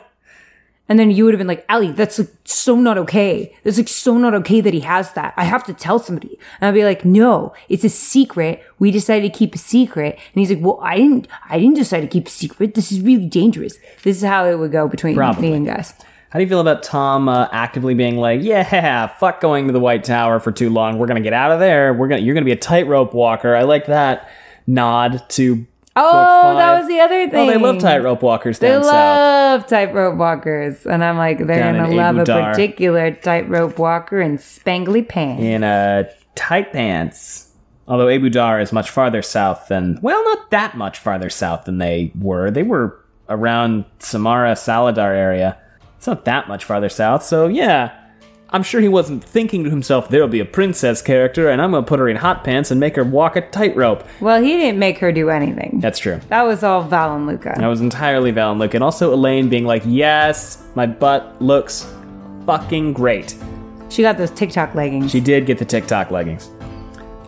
and then you would have been like, Allie, that's like, so not okay. That's like so not okay that he has that. I have to tell somebody. And I'd be like, No, it's a secret. We decided to keep a secret. And he's like, Well, I didn't, I didn't decide to keep a secret. This is really dangerous. This is how it would go between Probably. me and Gus. How do you feel about Tom uh, actively being like, "Yeah, [laughs] fuck going to the White Tower for too long. We're gonna get out of there. We're gonna you're gonna be a tightrope walker." I like that nod to. Oh, that five. was the other thing. Oh, they love tightrope walkers They down south. love tightrope walkers, and I'm like, they're Down gonna in love a Aguilar. particular tightrope walker in spangly pants. in uh, tight pants. Although Abudar is much farther south than, well, not that much farther south than they were. They were around Samara, Saladar area. It's not that much farther south, so yeah. I'm sure he wasn't thinking to himself, there'll be a princess character, and I'm gonna put her in hot pants and make her walk a tightrope. Well, he didn't make her do anything. That's true. That was all Val and Luca. That was entirely Val and Luke, and also Elaine being like, yes, my butt looks fucking great. She got those TikTok leggings. She did get the TikTok leggings.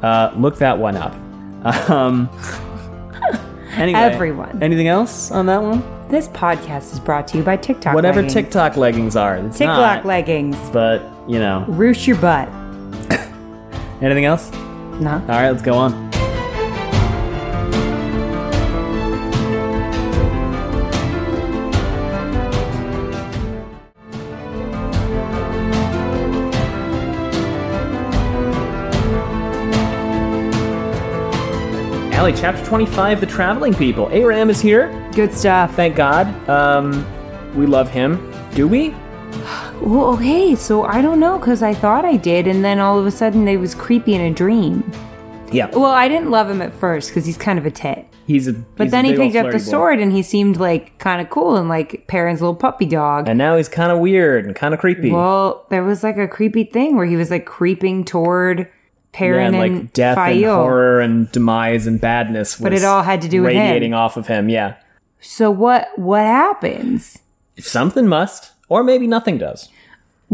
Uh, look that one up. [laughs] Um, anyway, Everyone. Anything else on that one? this podcast is brought to you by TikTok. Whatever leggings. TikTok leggings are. It's TikTok not, leggings. But you know, Roost your butt. anything else? No. All right, let's go on. Allie, chapter 25, The Traveling People. Aram is here. Good stuff. Thank God. Um, we love him. Do we? Well, okay, so I don't know because I thought I did, and then all of a sudden they was creepy in a dream. Yeah. Well, I didn't love him at first because he's kind of a tit. He's a. But then he picked up the sword and he seemed like kind of cool and like Perrin's little puppy dog. And now he's kind of weird and kind of creepy. well, there was like a creepy thing where he was like creeping toward yeah, Perrin and, and, like death and Fael. horror and demise and badness. Was But it all had to do with him. radiating off of him. Yeah, So what what happens? something must, or maybe nothing does.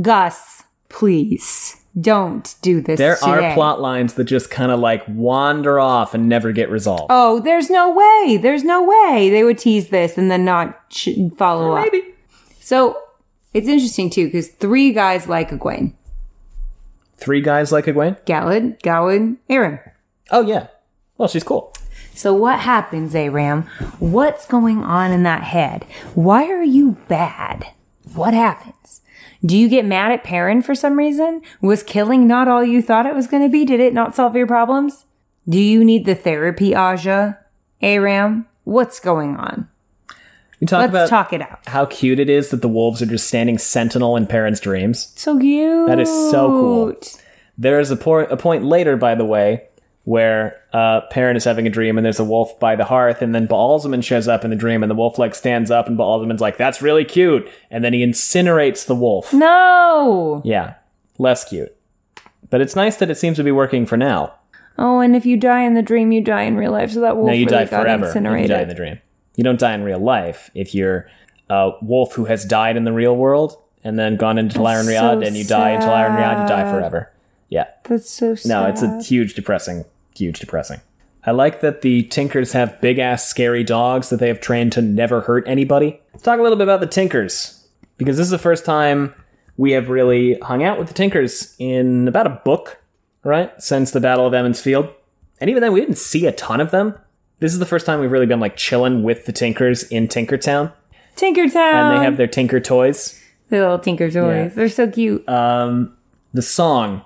Gus, please don't do this. There today. are plot lines that just kind of like wander off and never get resolved. Oh, there's no way. There's no way they would tease this and then not sh- follow up. maybe So it's interesting too because three guys like Egwene: three guys like Egwene. Galad, Gawain, Aaron. Oh yeah, well she's cool. So what happens, Aram? What's going on in that head? Why are you bad? What happens? Do you get mad at Perrin for some reason? Was killing not all you thought it was going to be? Did it not solve your problems? Do you need the therapy, Aja? Aram, what's going on? We talk Let's about talk it out. how cute it is that the wolves are just standing sentinel in Perrin's dreams. So cute. That is so cool. There is a, por- a point later, by the way, where uh, Perrin is having a dream and there's a wolf by the hearth, and then Baalzman shows up in the dream, and the wolf like stands up, and Baalzman's like, "That's really cute," and then he incinerates the wolf. No. Yeah, less cute, but it's nice that it seems to be working for now. Oh, and if you die in the dream, you die in real life. So that wolf Now you really die got forever. if You incinerated. die in the dream. You don't die in real life if you're a wolf who has died in the real world and then gone into Talarian so Riyadh, and you die in Talarian Riyadh, you die forever. Yeah. That's so sad. No, it's a huge depressing, huge depressing. I like that the Tinkers have big ass scary dogs that they have trained to never hurt anybody. Let's talk a little bit about the Tinkers. because this is the first time we have really hung out with the Tinkers in about a book, right? Since the Battle of Emmons Field. And even then, we didn't see a ton of them. This is the first time we've really been like chilling with the Tinkers in Tinkertown, and Tinkertown. they have their Tinker toys. the little Tinker toys. They're so cute. Um, the song.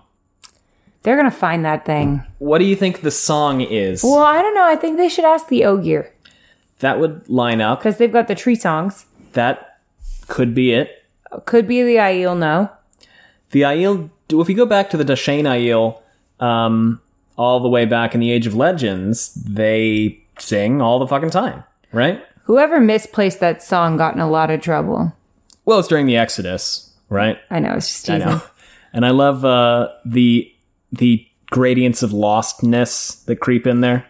They're gonna find that thing. What do you think the song is? Well, I don't know. I think they should ask the Ogier That would line up. because they've got the tree songs. That could be it. Could be the Aiel. No, The Aiel, if you go back to the Dashane Aiel, um, all the way back in the Age of Legends, they sing all the fucking time, right? whoever misplaced that song got in a lot of trouble. Well, it's during the Exodus, right? I know. It's just I teasing. know. [laughs] And I love uh, the the gradients of lostness that creep in there.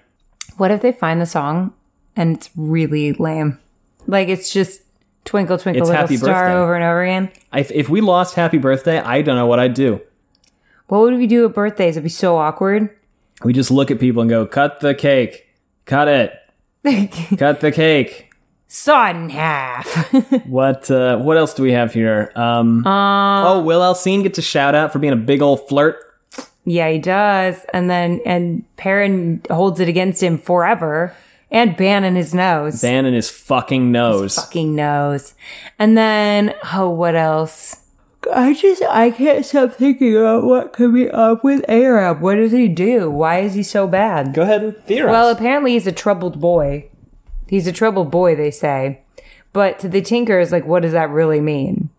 What if they find the song and it's really lame? Like it's just twinkle twinkle It's little Happy star Birthday. over and over again. If, if we lost Happy Birthday, I don't know what I'd do. What would we do at birthdays? It'd be so awkward. [laughs] We just look at people and go, cut the cake, cut it, cut the cake. Saw it in half. [laughs] What uh, what else do we have here? Um, Uh, oh, Will Alcine gets a shout out for being a big old flirt. yeah, he does. And then and Perrin holds it against him forever. And Bannon his nose. Dan in his fucking nose. fucking nose. And then oh what else? I just I can't stop thinking about what could be up with Arab. What does he do? Why is he so bad? go ahead and theorize. Well, apparently he's a troubled boy. He's a troubled boy, they say. But to the Tinkers, like, what does that really mean?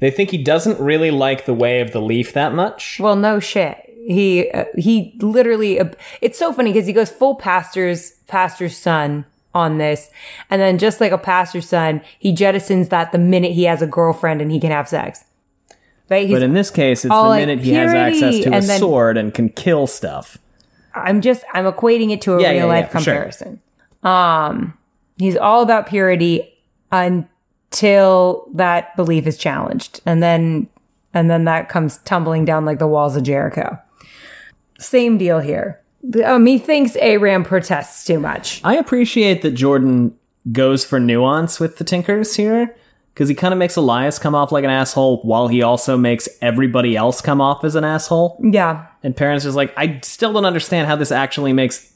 they think he doesn't really like the way of the leaf that much. Well, no shit. He uh, he literally. Uh, it's so funny because he goes full pastor's pastor's son on this, and then just like a pastor's son, he jettisons that the minute he has a girlfriend and he can have sex. Right? He's, But in this case, it's all the like minute he has purity, access to a and then- sword and can kill stuff. I'm just I'm equating it to a Yeah, yeah, real life yeah, for sure. comparison. Um, he's all about purity until that belief is challenged, and then and then that comes tumbling down like the walls of Jericho. Same deal here. Um, he thinks Aram protests too much. I appreciate that Jordan goes for nuance with the Tinkers here because he kind of makes Elias come off like an asshole while he also makes everybody else come off as an asshole. Yeah. And parents is like, I still don't understand how this actually makes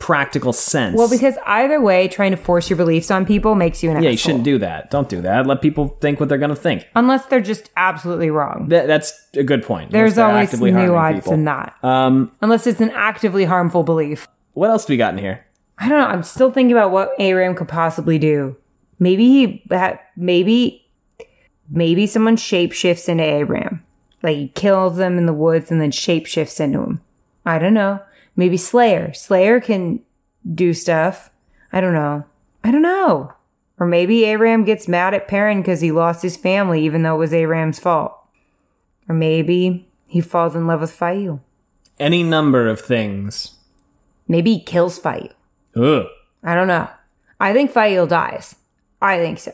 practical sense. Well, because either way, trying to force your beliefs on people makes you an yeah, asshole. you shouldn't do that. Don't do that. Let people think what they're going to think. Unless they're just absolutely wrong. That, that's a good point. Unless There's they're always actively harming nuance people. in that. Um, Unless it's an actively harmful belief. what else do we got in here? I don't know. I'm still thinking about what Aram could possibly do. Maybe he, ha- maybe, maybe someone shapeshifts into Aram. Like he kills them in the woods and then shapeshifts into him. I don't know. Maybe Slayer. Slayer can do stuff. I don't know. I don't know. Or maybe Aram gets mad at Perrin because he lost his family, even though it was Aram's fault. Or maybe he falls in love with Fayu. Any number of things. Maybe he kills Fayu. Ugh. I don't know. I think Fail dies. I think so.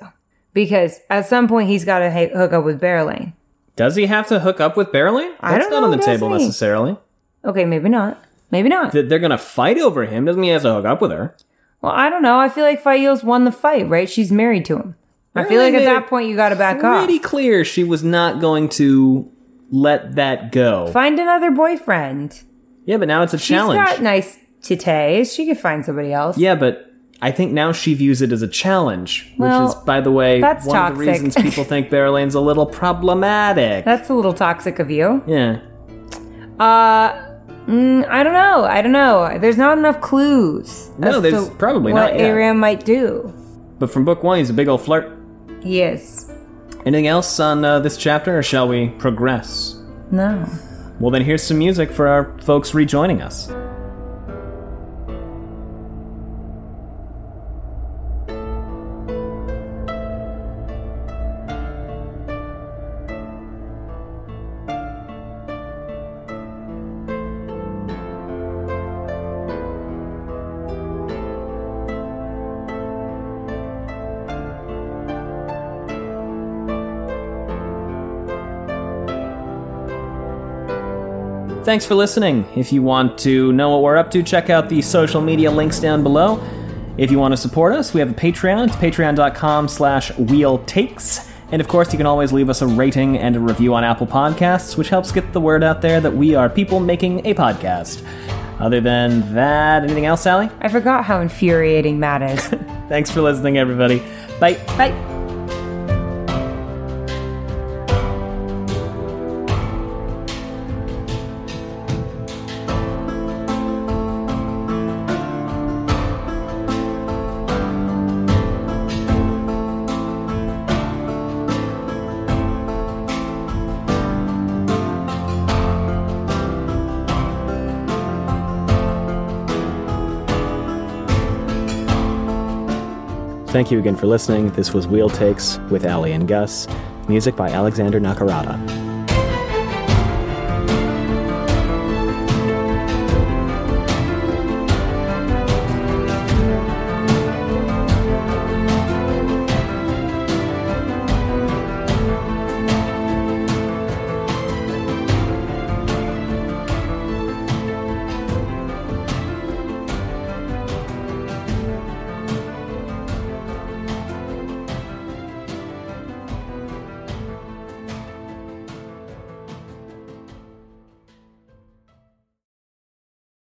Because at some point he's got to hook up with Barrelane. Does he have to hook up with Barreling? That's I don't not know, on the does table he? necessarily. Okay, maybe not. Maybe not. That they're going to fight over him doesn't mean he has to hook up with her. well, I don't know. I feel like Fael's won the fight, right? She's married to him. I feel Barrelane like made at it that point you got to back off. Pretty clear she was not going to let that go. Find another boyfriend. Yeah, but now it's a challenge. She's got nice titties. She could find somebody else. Yeah, but I think now she views it as a challenge, Well, which is, by the way, that's one of the toxic. reasons people [laughs] think Barrelane's a little problematic. That's a little toxic of you. yeah. Uh, mm, I don't know. I don't know. There's not enough clues. No, as there's to probably what not, yeah. Aram might do. But from book one, he's a big old flirt. Yes. Anything else on uh, this chapter, or shall we progress? No. Well, then here's some music for our folks rejoining us. Thanks for listening. If you want to know what we're up to, check out the social media links down below. If you want to support us, we have a Patreon. It's patreon.com slash wheel takes. And of course, you can always leave us a rating and a review on Apple Podcasts, which helps get the word out there that we are people making a podcast. Other than that, anything else, Sally? I forgot how infuriating Matt is. Thanks for listening, everybody. Bye. Bye. Thank you again for listening. This was Wheel Takes with Ali and Gus. Music by Alexander Nakarada.